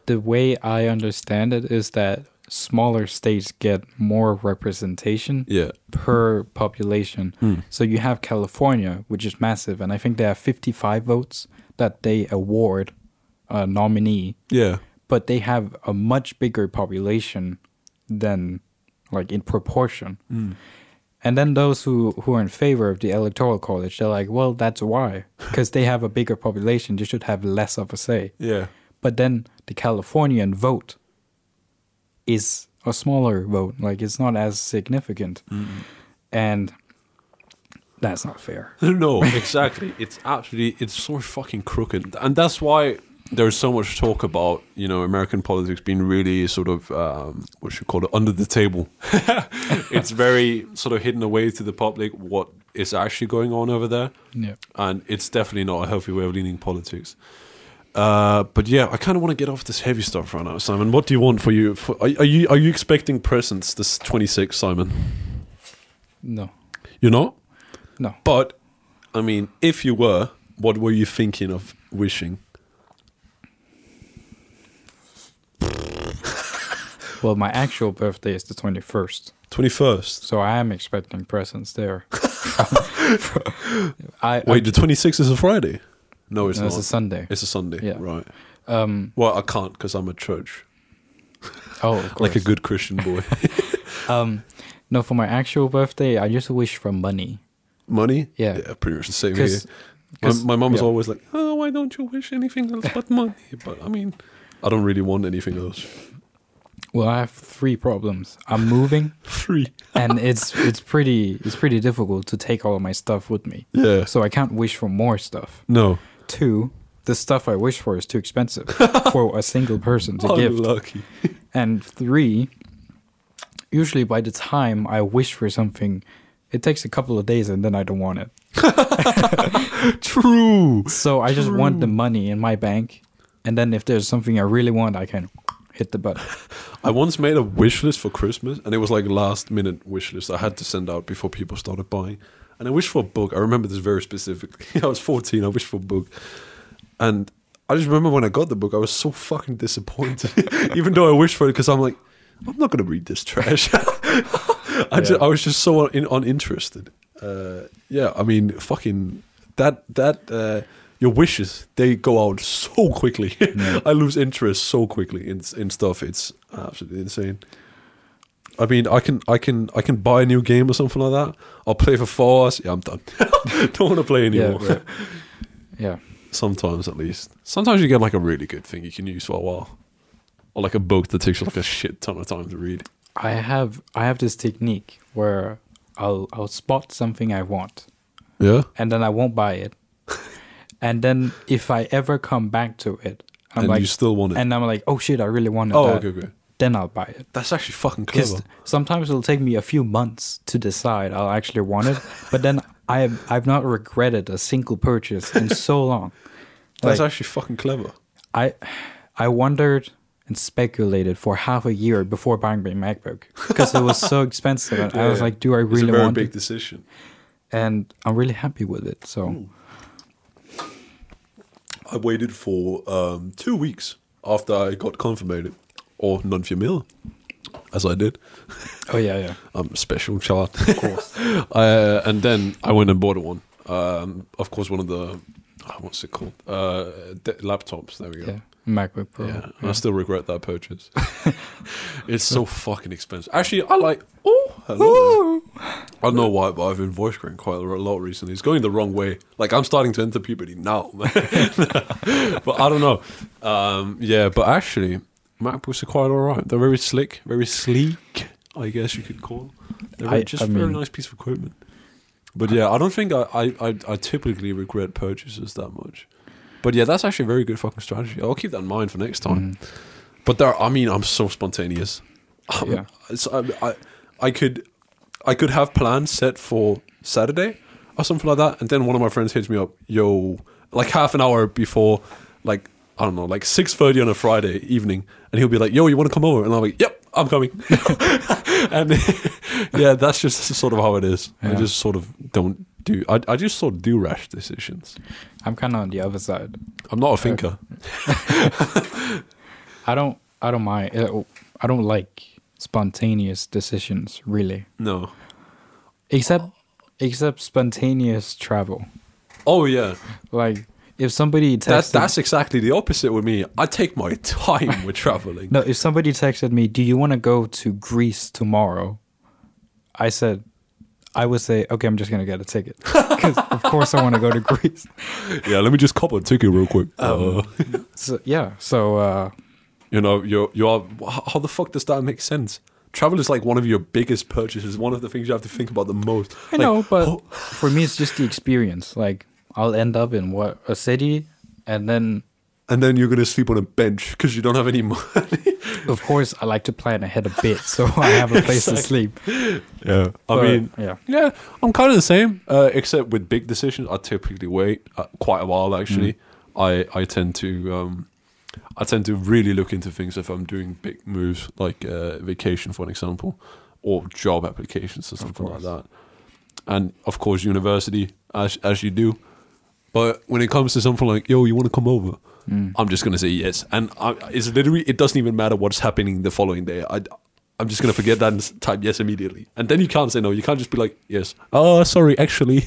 Speaker 2: the way I understand it is that smaller states get more representation
Speaker 1: Yeah, Hmm.
Speaker 2: per population. So you have California, which is massive, and I think they have 55 votes that they award a nominee,
Speaker 1: yeah,
Speaker 2: but they have a much bigger population than like in proportion. And then those who, who are in favor of the electoral college, they're like, well, that's why. Because they have a bigger population, they should have less of a say
Speaker 1: yeah.
Speaker 2: but then the Californian vote is a smaller vote, like it's not as significant, and that's not fair.
Speaker 1: no, exactly. It's absolutely it's so fucking crooked, and that's why there's so much talk about you know American politics being really sort of um, what should you call it under the table. it's very sort of hidden away to the public what is actually going on over there,
Speaker 2: Yeah,
Speaker 1: and it's definitely not a healthy way of leading politics. Uh, but yeah, I kind of want to get off this heavy stuff right now, Simon. What do you want for you? For, are, are you are you expecting presents this 26, Simon?
Speaker 2: no,
Speaker 1: You're not.
Speaker 2: no.
Speaker 1: But I mean, if you were, what were you thinking of wishing?
Speaker 2: Well, my actual birthday is the twenty first,
Speaker 1: Twenty first.
Speaker 2: so I am expecting presents there. I,
Speaker 1: Wait, the twenty sixth is a Friday. No, it's
Speaker 2: I Um, no,
Speaker 1: not.
Speaker 2: it's a Sunday.
Speaker 1: it's a Sunday.
Speaker 2: Yeah.
Speaker 1: Right.
Speaker 2: Um,
Speaker 1: Well, I can't because I'm at church,
Speaker 2: oh, of course.
Speaker 1: like a good Christian boy.
Speaker 2: um, no, for my actual birthday, I just wish for money.
Speaker 1: money.
Speaker 2: Yeah.
Speaker 1: Yeah, pretty much the same here.
Speaker 2: 'Cause-
Speaker 1: My,
Speaker 2: 'cause-
Speaker 1: my mom's
Speaker 2: yeah.
Speaker 1: always like, "Oh, why don't you wish anything else but money?" But I mean, I don't really want anything else.
Speaker 2: Well, I have three problems. I'm moving.
Speaker 1: Free.
Speaker 2: and it's it's pretty it's pretty difficult to take all of my stuff with me.
Speaker 1: Yeah.
Speaker 2: So I can't wish for more stuff.
Speaker 1: No.
Speaker 2: Two, the stuff I wish for is too expensive for a single person to give.
Speaker 1: Unlucky.
Speaker 2: And three, usually by the time I wish for something, it takes a couple of days and then I don't want it.
Speaker 1: True.
Speaker 2: So I just want the money in my bank, and then if there's something I really want, I can hit the button.
Speaker 1: I once made a wish list for Christmas, and it was like last minute wish list I had to send out before people started buying. And I wished for a book. I remember this very specifically. I was 14. I wished for a book, and I just remember when I got the book, I was so fucking disappointed. Even though I wished for it, because I'm like, I'm not gonna read this trash. I, ju-
Speaker 2: Yeah.
Speaker 1: I was just so un- uninterested. Uh, yeah, I mean, fucking that that uh, your wishes they go out so quickly. I lose interest so quickly in in stuff. It's absolutely insane. I mean, I can I can I can buy a new game or something like that. I'll play for four hours. Yeah, I'm done. Don't want to play anymore.
Speaker 2: right. Yeah.
Speaker 1: Sometimes, at least. Sometimes you get like a really good thing you can use for a while, or like a book that takes you like a shit ton of time to read.
Speaker 2: I have I have this technique where I'll I'll spot something I want.
Speaker 1: Yeah.
Speaker 2: and then I won't buy it. and then if I ever come back to it, I'm
Speaker 1: and
Speaker 2: like,
Speaker 1: you still want it.
Speaker 2: and I'm like, oh shit, I really wanted
Speaker 1: oh,
Speaker 2: that.
Speaker 1: okay, okay.
Speaker 2: Then I'll buy it.
Speaker 1: That's actually fucking
Speaker 2: Because
Speaker 1: clever.
Speaker 2: sometimes it'll take me a few months to decide I'll actually want it, but then I have, I've not regretted a single purchase in so long.
Speaker 1: That's
Speaker 2: like-
Speaker 1: actually fucking clever.
Speaker 2: I I wondered and speculated for half a year before buying my MacBook because it was so expensive. And I was
Speaker 1: Yeah.
Speaker 2: like, do I
Speaker 1: It's a
Speaker 2: really
Speaker 1: very
Speaker 2: want
Speaker 1: big
Speaker 2: it?
Speaker 1: decision.
Speaker 2: And I'm really happy with it. So
Speaker 1: I waited for um, two weeks after I got confirmated or non familiar, as I did.
Speaker 2: oh yeah yeah
Speaker 1: I'm a special child. Of course. uh, and then I went and bought one. Um, of course, one of the, oh, what's it called? Uh, de- laptops. There we go.
Speaker 2: yeah MacBook Pro.
Speaker 1: Yeah, and I still regret that purchase. it's so fucking expensive. Actually, I like. Oh, hello. I don't know why, but I've been voice growing quite a lot recently. It's going the wrong way. Like I'm starting to enter puberty now, but I don't know. Um, yeah, but actually, MacBooks are quite alright. They're very slick, very sleek. I guess you could call. them. They're
Speaker 2: I-
Speaker 1: just
Speaker 2: I
Speaker 1: very
Speaker 2: mean-
Speaker 1: nice piece of equipment. But yeah, I don't think I, I, I, I typically regret purchases that much. But yeah, that's actually a
Speaker 2: Mm.
Speaker 1: very good fucking strategy. I'll keep that in mind for next time. But there, I mean, I'm so spontaneous. Um,
Speaker 2: Yeah.
Speaker 1: So I, I, I could, I could have plans set for Saturday or something like that, and then one of my friends hits me up, yo, like half an hour before, like I don't know, like six thirty on a Friday evening, and he'll be like, yo, you want to come over? And I'm like, yep, I'm coming. and yeah, that's just sort of how it is. I
Speaker 2: Yeah.
Speaker 1: just sort of don't do. I, I just sort of do rash decisions.
Speaker 2: I'm kind of on the other side.
Speaker 1: I'm not a thinker.
Speaker 2: I don't I don't mind. uh, I don't like spontaneous decisions really,
Speaker 1: No.
Speaker 2: except except spontaneous travel.
Speaker 1: Oh yeah.
Speaker 2: Like if somebody
Speaker 1: That's
Speaker 2: texted
Speaker 1: that's exactly the opposite with me. I take my time with traveling.
Speaker 2: no, if somebody texted me, "Do you want to go to Greece tomorrow?" I said, I would say, "Okay, I'm just gonna get a ticket 'Cause of course I want to go to Greece."
Speaker 1: Yeah, let me just cop a ticket real quick. Uh,
Speaker 2: So yeah, so uh,
Speaker 1: you know, you're you're how how the fuck does that make sense? Travel is like one of your biggest purchases, one of the things you have to think about the most.
Speaker 2: I
Speaker 1: Like,
Speaker 2: know, but
Speaker 1: oh,
Speaker 2: for me, it's just the experience. Like I'll end up in what a city, and then
Speaker 1: and then you're gonna sleep on a bench because you don't have any money.
Speaker 2: of course I like to plan ahead a bit, so I have a place to sleep.
Speaker 1: Yeah, I
Speaker 2: But,
Speaker 1: mean,
Speaker 2: yeah.
Speaker 1: yeah, I'm kind of the same, uh, except with big decisions, I typically wait uh, quite a while. Actually,
Speaker 2: Mm.
Speaker 1: I I tend to um, I tend to really look into things if I'm doing big moves, like uh, vacation, for an example, or job applications or something like that. And of course, university, as as you do. But when it comes to something like, yo, you want to come over? I'm just going to say yes. And I, it's literally, it doesn't even matter what's happening the following day. I, I'm just going to forget that and s- type yes immediately. And then you can't say no. You can't just be like, yes. Oh, sorry, actually.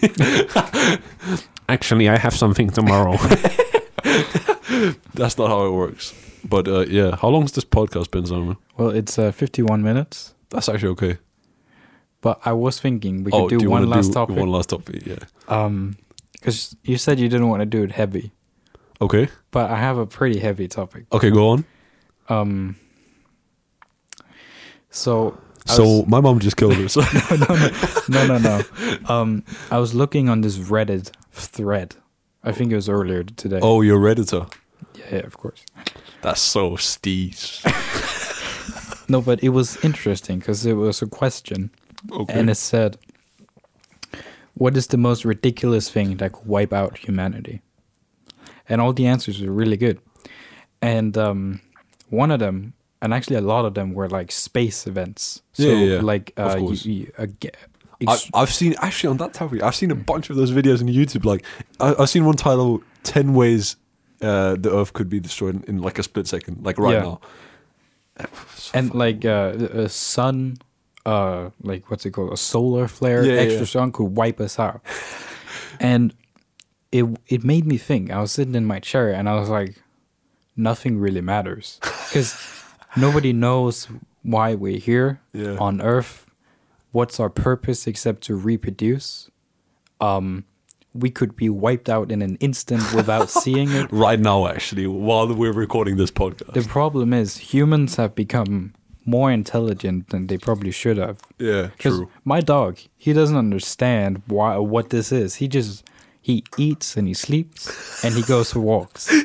Speaker 3: Actually, I have something tomorrow.
Speaker 1: That's not how it works. But uh, yeah, how long's this podcast been, Simon?
Speaker 2: Well, it's uh, 51 minutes,
Speaker 1: That's actually okay.
Speaker 2: but I was thinking we could do,
Speaker 1: Oh, do you
Speaker 2: one
Speaker 1: wanna
Speaker 2: last
Speaker 1: do
Speaker 2: topic.
Speaker 1: One last topic, yeah.
Speaker 2: Um, because you said you didn't want to do it heavy,
Speaker 1: Okay.
Speaker 2: but I have a pretty heavy topic.
Speaker 1: Okay, go on.
Speaker 2: Um, so I
Speaker 1: so
Speaker 2: was-
Speaker 1: my mom just killed us.
Speaker 2: no, no, no. Um, I was looking on this Reddit thread. I think it was earlier today.
Speaker 1: oh, you're Redditor.
Speaker 2: yeah, yeah, of course.
Speaker 1: That's so steez.
Speaker 2: No, but it was interesting because it was a question,
Speaker 1: Okay.
Speaker 2: and it said, "What is the most ridiculous thing that could wipe out humanity?" And all the answers were really good, and um, one of them, and actually a lot of them, were like space events. So,
Speaker 1: Yeah, yeah, yeah.
Speaker 2: like
Speaker 1: Of
Speaker 2: uh, you,
Speaker 1: course.
Speaker 2: you, a ge-
Speaker 1: I've,
Speaker 2: ex-
Speaker 1: I've seen actually on that topic. I've seen a bunch of those videos on YouTube. Like I, I've seen one titled 10 ways uh, the Earth could be destroyed in, in like a split second, like right
Speaker 2: Yeah.
Speaker 1: now."
Speaker 2: and like uh, a sun, uh, like what's it called, a solar flare,
Speaker 1: Yeah, yeah,
Speaker 2: extra
Speaker 1: yeah.
Speaker 2: sun could wipe us out. and it it made me think. I was sitting in my chair and I was like, nothing really matters because nobody knows why we're here
Speaker 1: Yeah.
Speaker 2: on Earth. What's our purpose except to reproduce? Um, we could be wiped out in an instant without seeing it.
Speaker 1: Right now, actually, while we're recording this podcast.
Speaker 2: The problem is humans have become more intelligent than they probably should have.
Speaker 1: yeah,
Speaker 2: 'Cause
Speaker 1: true.
Speaker 2: My dog, he doesn't understand why what this is. He just he eats and he sleeps and he goes for walks.
Speaker 1: He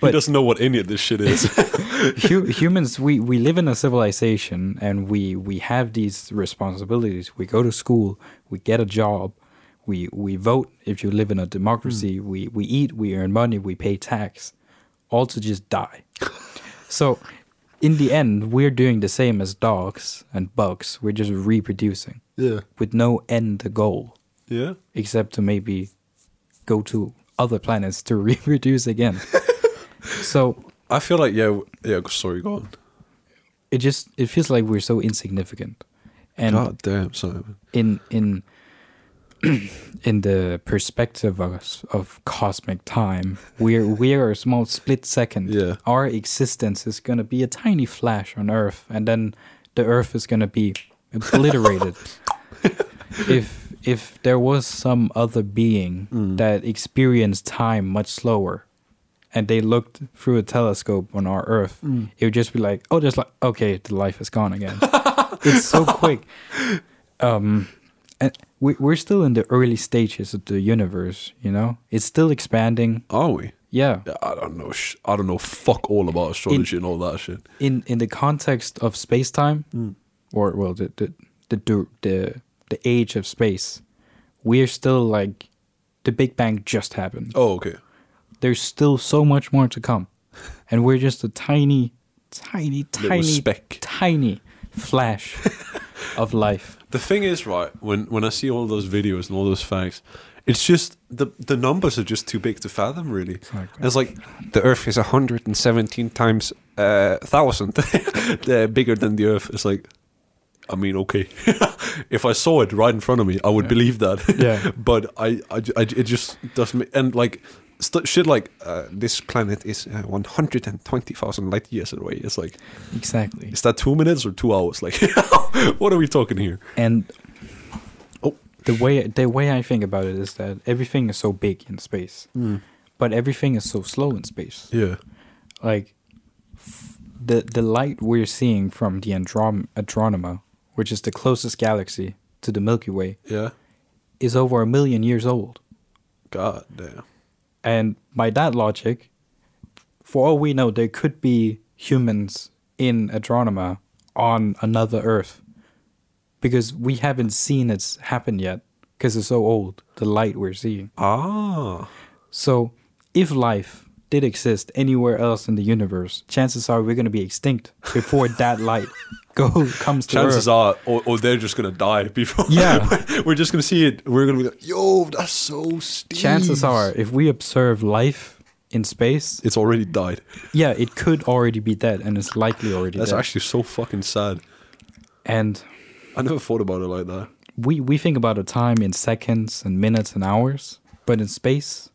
Speaker 2: but-
Speaker 1: doesn't know what any of this shit is.
Speaker 2: Hu- humans, we we live in a civilization and we we have these responsibilities. We go to school, we get a job, we we vote. If you live in a democracy, we we eat, we earn money, we pay tax, all to just die. so, in the end, we're doing the same as dogs and bugs. We're just reproducing
Speaker 1: yeah,
Speaker 2: with no end goal
Speaker 1: yeah.
Speaker 2: except to maybe go to other planets to reproduce again. so
Speaker 1: I feel like yeah, w- yeah. Sorry, go on.
Speaker 2: it just it feels like we're so insignificant, and
Speaker 1: God damn, Simon.
Speaker 2: in in in the perspective of us- of cosmic time, we're we are a small split second.
Speaker 1: Yeah.
Speaker 2: Our existence is gonna be a tiny flash on Earth, and then the Earth is gonna be obliterated. if if there was some other being that experienced time much slower, and they looked through a telescope on our Earth, it would just be like, oh, there's like okay, the life is gone again. it's so quick um and we, we're still in the early stages of the universe you know it's still expanding
Speaker 1: Are we?
Speaker 2: yeah.
Speaker 1: I don't know. Sh- I don't know. Fuck all about astrology and all that shit.
Speaker 2: in in the context of space time,
Speaker 1: Mm.
Speaker 2: or well, the the the du- the the age of space, we're still like the Big Bang just happened.
Speaker 1: Oh, okay.
Speaker 2: There's still so much more to come, and we're just a tiny, tiny,
Speaker 1: Little
Speaker 2: tiny,
Speaker 1: speck.
Speaker 2: tiny flash of life.
Speaker 1: The thing is, right, when when I see all those videos and all those facts, it's just the the numbers are just too big to fathom, really.
Speaker 2: Exactly.
Speaker 1: It's like the Earth is 117 times uh, thousand uh, bigger than the Earth. It's like, I mean, okay, if I saw it right in front of me, I would believe that.
Speaker 2: Yeah.
Speaker 1: but I, I, ju- I ju- it just doesn't. And like st- shit, like uh, this planet is uh, 120,000 light years away. It's like,
Speaker 2: Exactly.
Speaker 1: is that two minutes or two hours? Like, what are we talking here?
Speaker 2: And
Speaker 1: Oh.
Speaker 2: the way the way I think about it is that everything is so big in space,
Speaker 1: Mm.
Speaker 2: but everything is so slow in space.
Speaker 1: Yeah.
Speaker 2: like f- the the light we're seeing from the Androm- Andromeda, which is the closest galaxy to the Milky Way,
Speaker 1: Yeah.
Speaker 2: is over a million years old.
Speaker 1: God damn.
Speaker 2: And by that logic, for all we know, there could be humans in Andromeda on another Earth, because we haven't seen it's happen yet, because it's so old. The light we're seeing.
Speaker 1: Ah.
Speaker 2: So, if life did exist anywhere else in the universe, chances are we're going to be extinct before that light go comes to
Speaker 1: Chances
Speaker 2: Earth.
Speaker 1: are, or, or they're just gonna die before.
Speaker 2: Yeah.
Speaker 1: we're just gonna see it. We're gonna be like, yo, that's so steep.
Speaker 2: Chances are, if we observe life in space,
Speaker 1: it's already died.
Speaker 2: yeah, it could already be dead, and it's likely already
Speaker 1: That's
Speaker 2: dead.
Speaker 1: actually so fucking sad.
Speaker 2: and
Speaker 1: I never thought about it like that.
Speaker 2: we we think about a time in seconds and minutes and hours, but in space,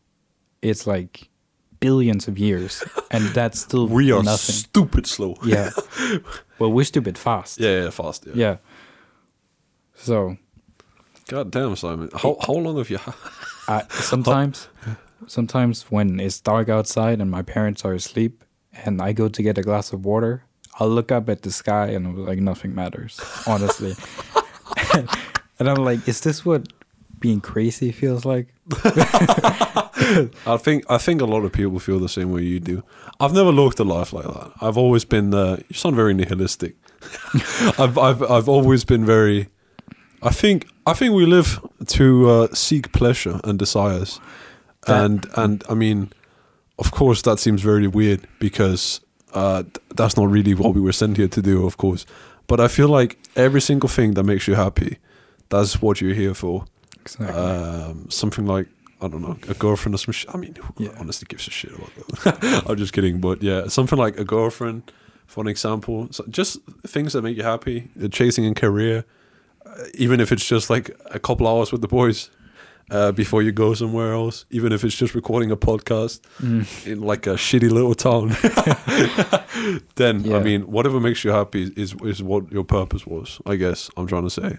Speaker 2: it's like billions of years, and that's still
Speaker 1: We are
Speaker 2: nothing.
Speaker 1: stupid slow.
Speaker 2: yeah. Well, we're stupid fast.
Speaker 1: yeah, yeah, fast. Yeah.
Speaker 2: Yeah. So
Speaker 1: God damn, Simon. How how long have you? had?
Speaker 2: I, sometimes, sometimes when it's dark outside and my parents are asleep, and I go to get a glass of water, I'll look up at the sky and I'm like, nothing matters, honestly. and I'm like, is this what being crazy feels like?
Speaker 1: I think I think a lot of people feel the same way you do. I've never looked at life like that. I've always been. Uh, you sound very nihilistic. I've I've I've always been very. I think I think we live to uh, seek pleasure and desires,
Speaker 2: That-
Speaker 1: and and I mean, of course, that seems very weird because uh, th- that's not really what we were sent here to do, of course. But I feel like every single thing that makes you happy, that's what you're here for
Speaker 2: Exactly.
Speaker 1: um, something like I don't know, a girlfriend or some shit. I mean, who
Speaker 2: Yeah.
Speaker 1: honestly gives a shit about that? I'm just kidding, but yeah, something like a girlfriend, for an example. So just things that make you happy, uh, chasing a career, uh, even if it's just like a couple hours with the boys uh, before you go somewhere else, even if it's just recording a podcast
Speaker 2: Mm.
Speaker 1: in like a shitty little town. then I
Speaker 2: Yeah.
Speaker 1: mean, whatever makes you happy is is what your purpose was. I guess I'm trying to say.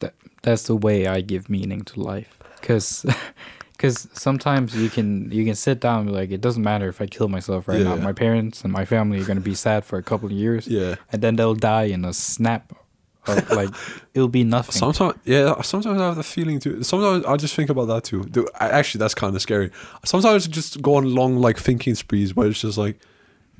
Speaker 2: that that's the way I give meaning to life. Cause, 'cause sometimes you can you can sit down and be like it doesn't matter if I kill myself right now.
Speaker 1: Yeah.
Speaker 2: My parents and my family are gonna be sad for a couple of years.
Speaker 1: Yeah.
Speaker 2: and then they'll die in a snap. Of, like it'll be nothing.
Speaker 1: Sometimes, yeah. Sometimes I have the feeling too. Sometimes I just think about that too. Dude, I, actually, that's kind of scary. Sometimes I just go on long like thinking sprees where it's just like,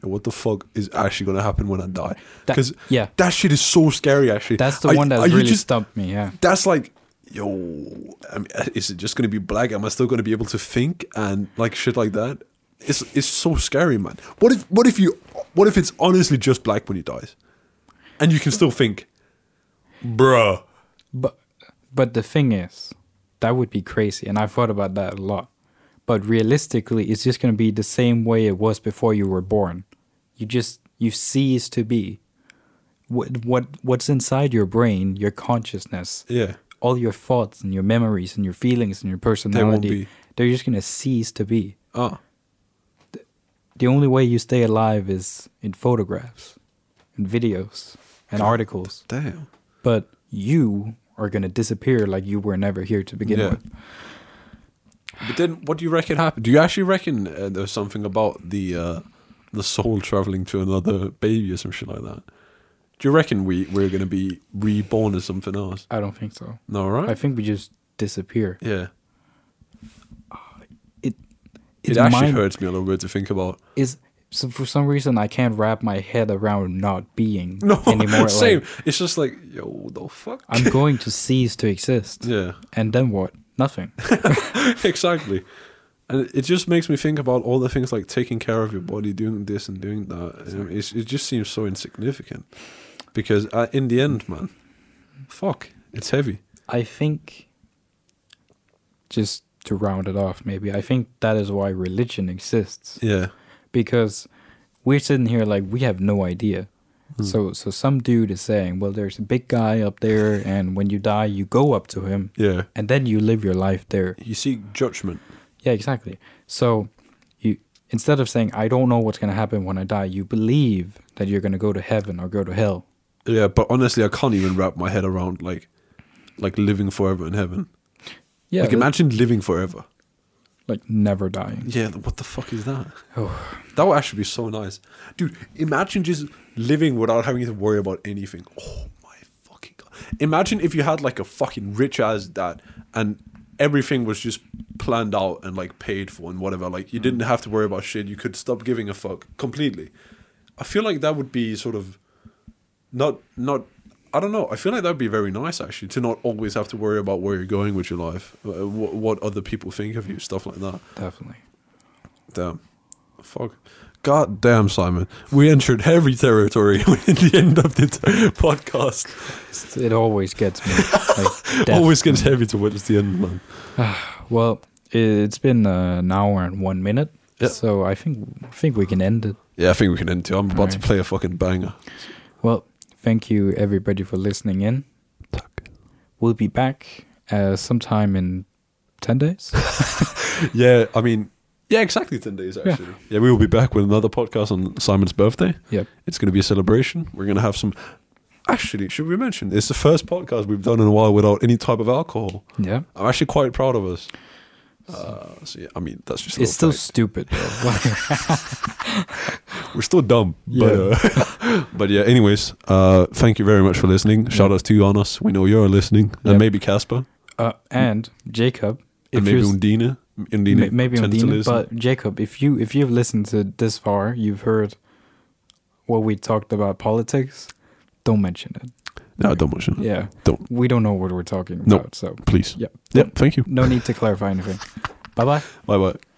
Speaker 1: what the fuck is actually gonna happen when I die?
Speaker 2: That-
Speaker 1: Because
Speaker 2: yeah.
Speaker 1: that shit is so scary. Actually,
Speaker 2: That's the
Speaker 1: Are-
Speaker 2: one that
Speaker 1: are you
Speaker 2: really
Speaker 1: just-
Speaker 2: stumped me. Yeah,
Speaker 1: that's like, yo, I mean, is it just gonna be black? Am I still gonna be able to think and like shit like that? It's it's so scary, man. What if what if you what if it's honestly just black when you dies, and you can still think, bruh.
Speaker 2: but but the thing is, that would be crazy, and I've thought about that a lot. But realistically, it's just gonna be the same way it was before you were born. You just you cease to be. What what what's inside your brain, your consciousness,
Speaker 1: Yeah.
Speaker 2: all your thoughts and your memories and your feelings and your personality,
Speaker 1: be.
Speaker 2: they're just gonna cease to be.
Speaker 1: Ah.
Speaker 2: the only way you stay alive is in photographs and videos and articles
Speaker 1: Damn.
Speaker 2: but you are going to disappear like you were never here to begin
Speaker 1: Yeah.
Speaker 2: with
Speaker 1: But then, what do you reckon happened? Do you actually reckon uh, there's something about the uh, the soul traveling to another baby or some shit like that? Do you reckon we we're gonna be reborn as something else?
Speaker 2: i don't think so
Speaker 1: No, right?
Speaker 2: i think we just disappear
Speaker 1: yeah.
Speaker 2: it
Speaker 1: It actually hurts me a little bit to think about.
Speaker 2: Is so for some reason I can't wrap my head around not being
Speaker 1: No,
Speaker 2: anymore.
Speaker 1: same.
Speaker 2: Like,
Speaker 1: it's just like, yo, what the fuck?
Speaker 2: I'm going to cease to exist,
Speaker 1: yeah,
Speaker 2: and then what? Nothing.
Speaker 1: exactly. And it just makes me think about all the things like taking care of your body, doing this and doing that. And it's, it just seems so insignificant. Because uh, in the end, man, fuck, it's heavy.
Speaker 2: I think, just to round it off, maybe I think that is why religion exists
Speaker 1: Yeah.
Speaker 2: because we're sitting here like we have no idea.
Speaker 1: Mm.
Speaker 2: So, so some dude is saying, well, there's a big guy up there, and when you die, you go up to him,
Speaker 1: Yeah.
Speaker 2: and then you live your life there.
Speaker 1: You seek judgment.
Speaker 2: Yeah, exactly. So you instead of saying I don't know what's going to happen when I die, you believe that you're going to go to heaven or go to hell.
Speaker 1: Yeah, but honestly, I can't even wrap my head around like, like living forever in heaven.
Speaker 2: Yeah,
Speaker 1: like,
Speaker 2: that-
Speaker 1: imagine living forever.
Speaker 2: like never dying.
Speaker 1: Yeah, what the fuck is that?
Speaker 2: Oh,
Speaker 1: That would actually be so nice, dude. Imagine just living without having to worry about anything. Oh my fucking god! Imagine if you had like a fucking rich ass dad, and everything was just planned out and like paid for and whatever. Like you didn't have to worry about shit. You could stop giving a fuck completely. I feel like that would be sort of not not. I don't know. I feel like that would be very nice actually to not always have to worry about where you're going with your life, uh, what, what other people think of you, stuff like that.
Speaker 2: definitely.
Speaker 1: Damn. Fuck. God damn, Simon. We entered heavy territory in the end of this podcast.
Speaker 2: It always gets me. Like, death.
Speaker 1: Always gets heavy towards the end, man.
Speaker 2: Well, i- it's been uh, an hour and one minute,
Speaker 1: Yeah.
Speaker 2: so I think I think we can end it.
Speaker 1: Yeah, I think we can end too. I'm about to
Speaker 2: Alright.
Speaker 1: play a fucking banger.
Speaker 2: Well, thank you everybody for listening in. We'll be back uh, sometime in ten days.
Speaker 1: Yeah, I mean, yeah, exactly 10 days, actually. Yeah. we will be back with another podcast on Simon's birthday.
Speaker 2: yep.
Speaker 1: It's going to be a celebration. We're going to have some. Actually, should we mention? It's the first podcast we've done in a while without any type of alcohol.
Speaker 2: Yeah.
Speaker 1: I'm actually quite proud of us. Uh, so yeah, I mean, that's just. a
Speaker 2: It's
Speaker 1: little
Speaker 2: still stupid though.
Speaker 1: We're still dumb, but
Speaker 2: Yeah.
Speaker 1: Uh, but yeah. Anyways, uh, thank you very much for listening. Shout outs to you, Anas. We know you're listening,
Speaker 2: Yep.
Speaker 1: and maybe Casper,
Speaker 2: Uh, and Jacob, if
Speaker 1: and maybe
Speaker 2: you're s-
Speaker 1: Undina. Undina
Speaker 2: ma- maybe
Speaker 1: tends to
Speaker 2: Undina,
Speaker 1: listen.
Speaker 2: but Jacob, if you if you've listened to this far, you've heard what we talked about politics. Don't mention it.
Speaker 1: no, don't mention it.
Speaker 2: Yeah,
Speaker 1: Don't.
Speaker 2: we don't know what we're talking
Speaker 1: No.
Speaker 2: about, so
Speaker 1: Please.
Speaker 2: Yep.
Speaker 1: Yep. Thank you.
Speaker 2: no need to clarify anything. Bye bye.
Speaker 1: Bye bye.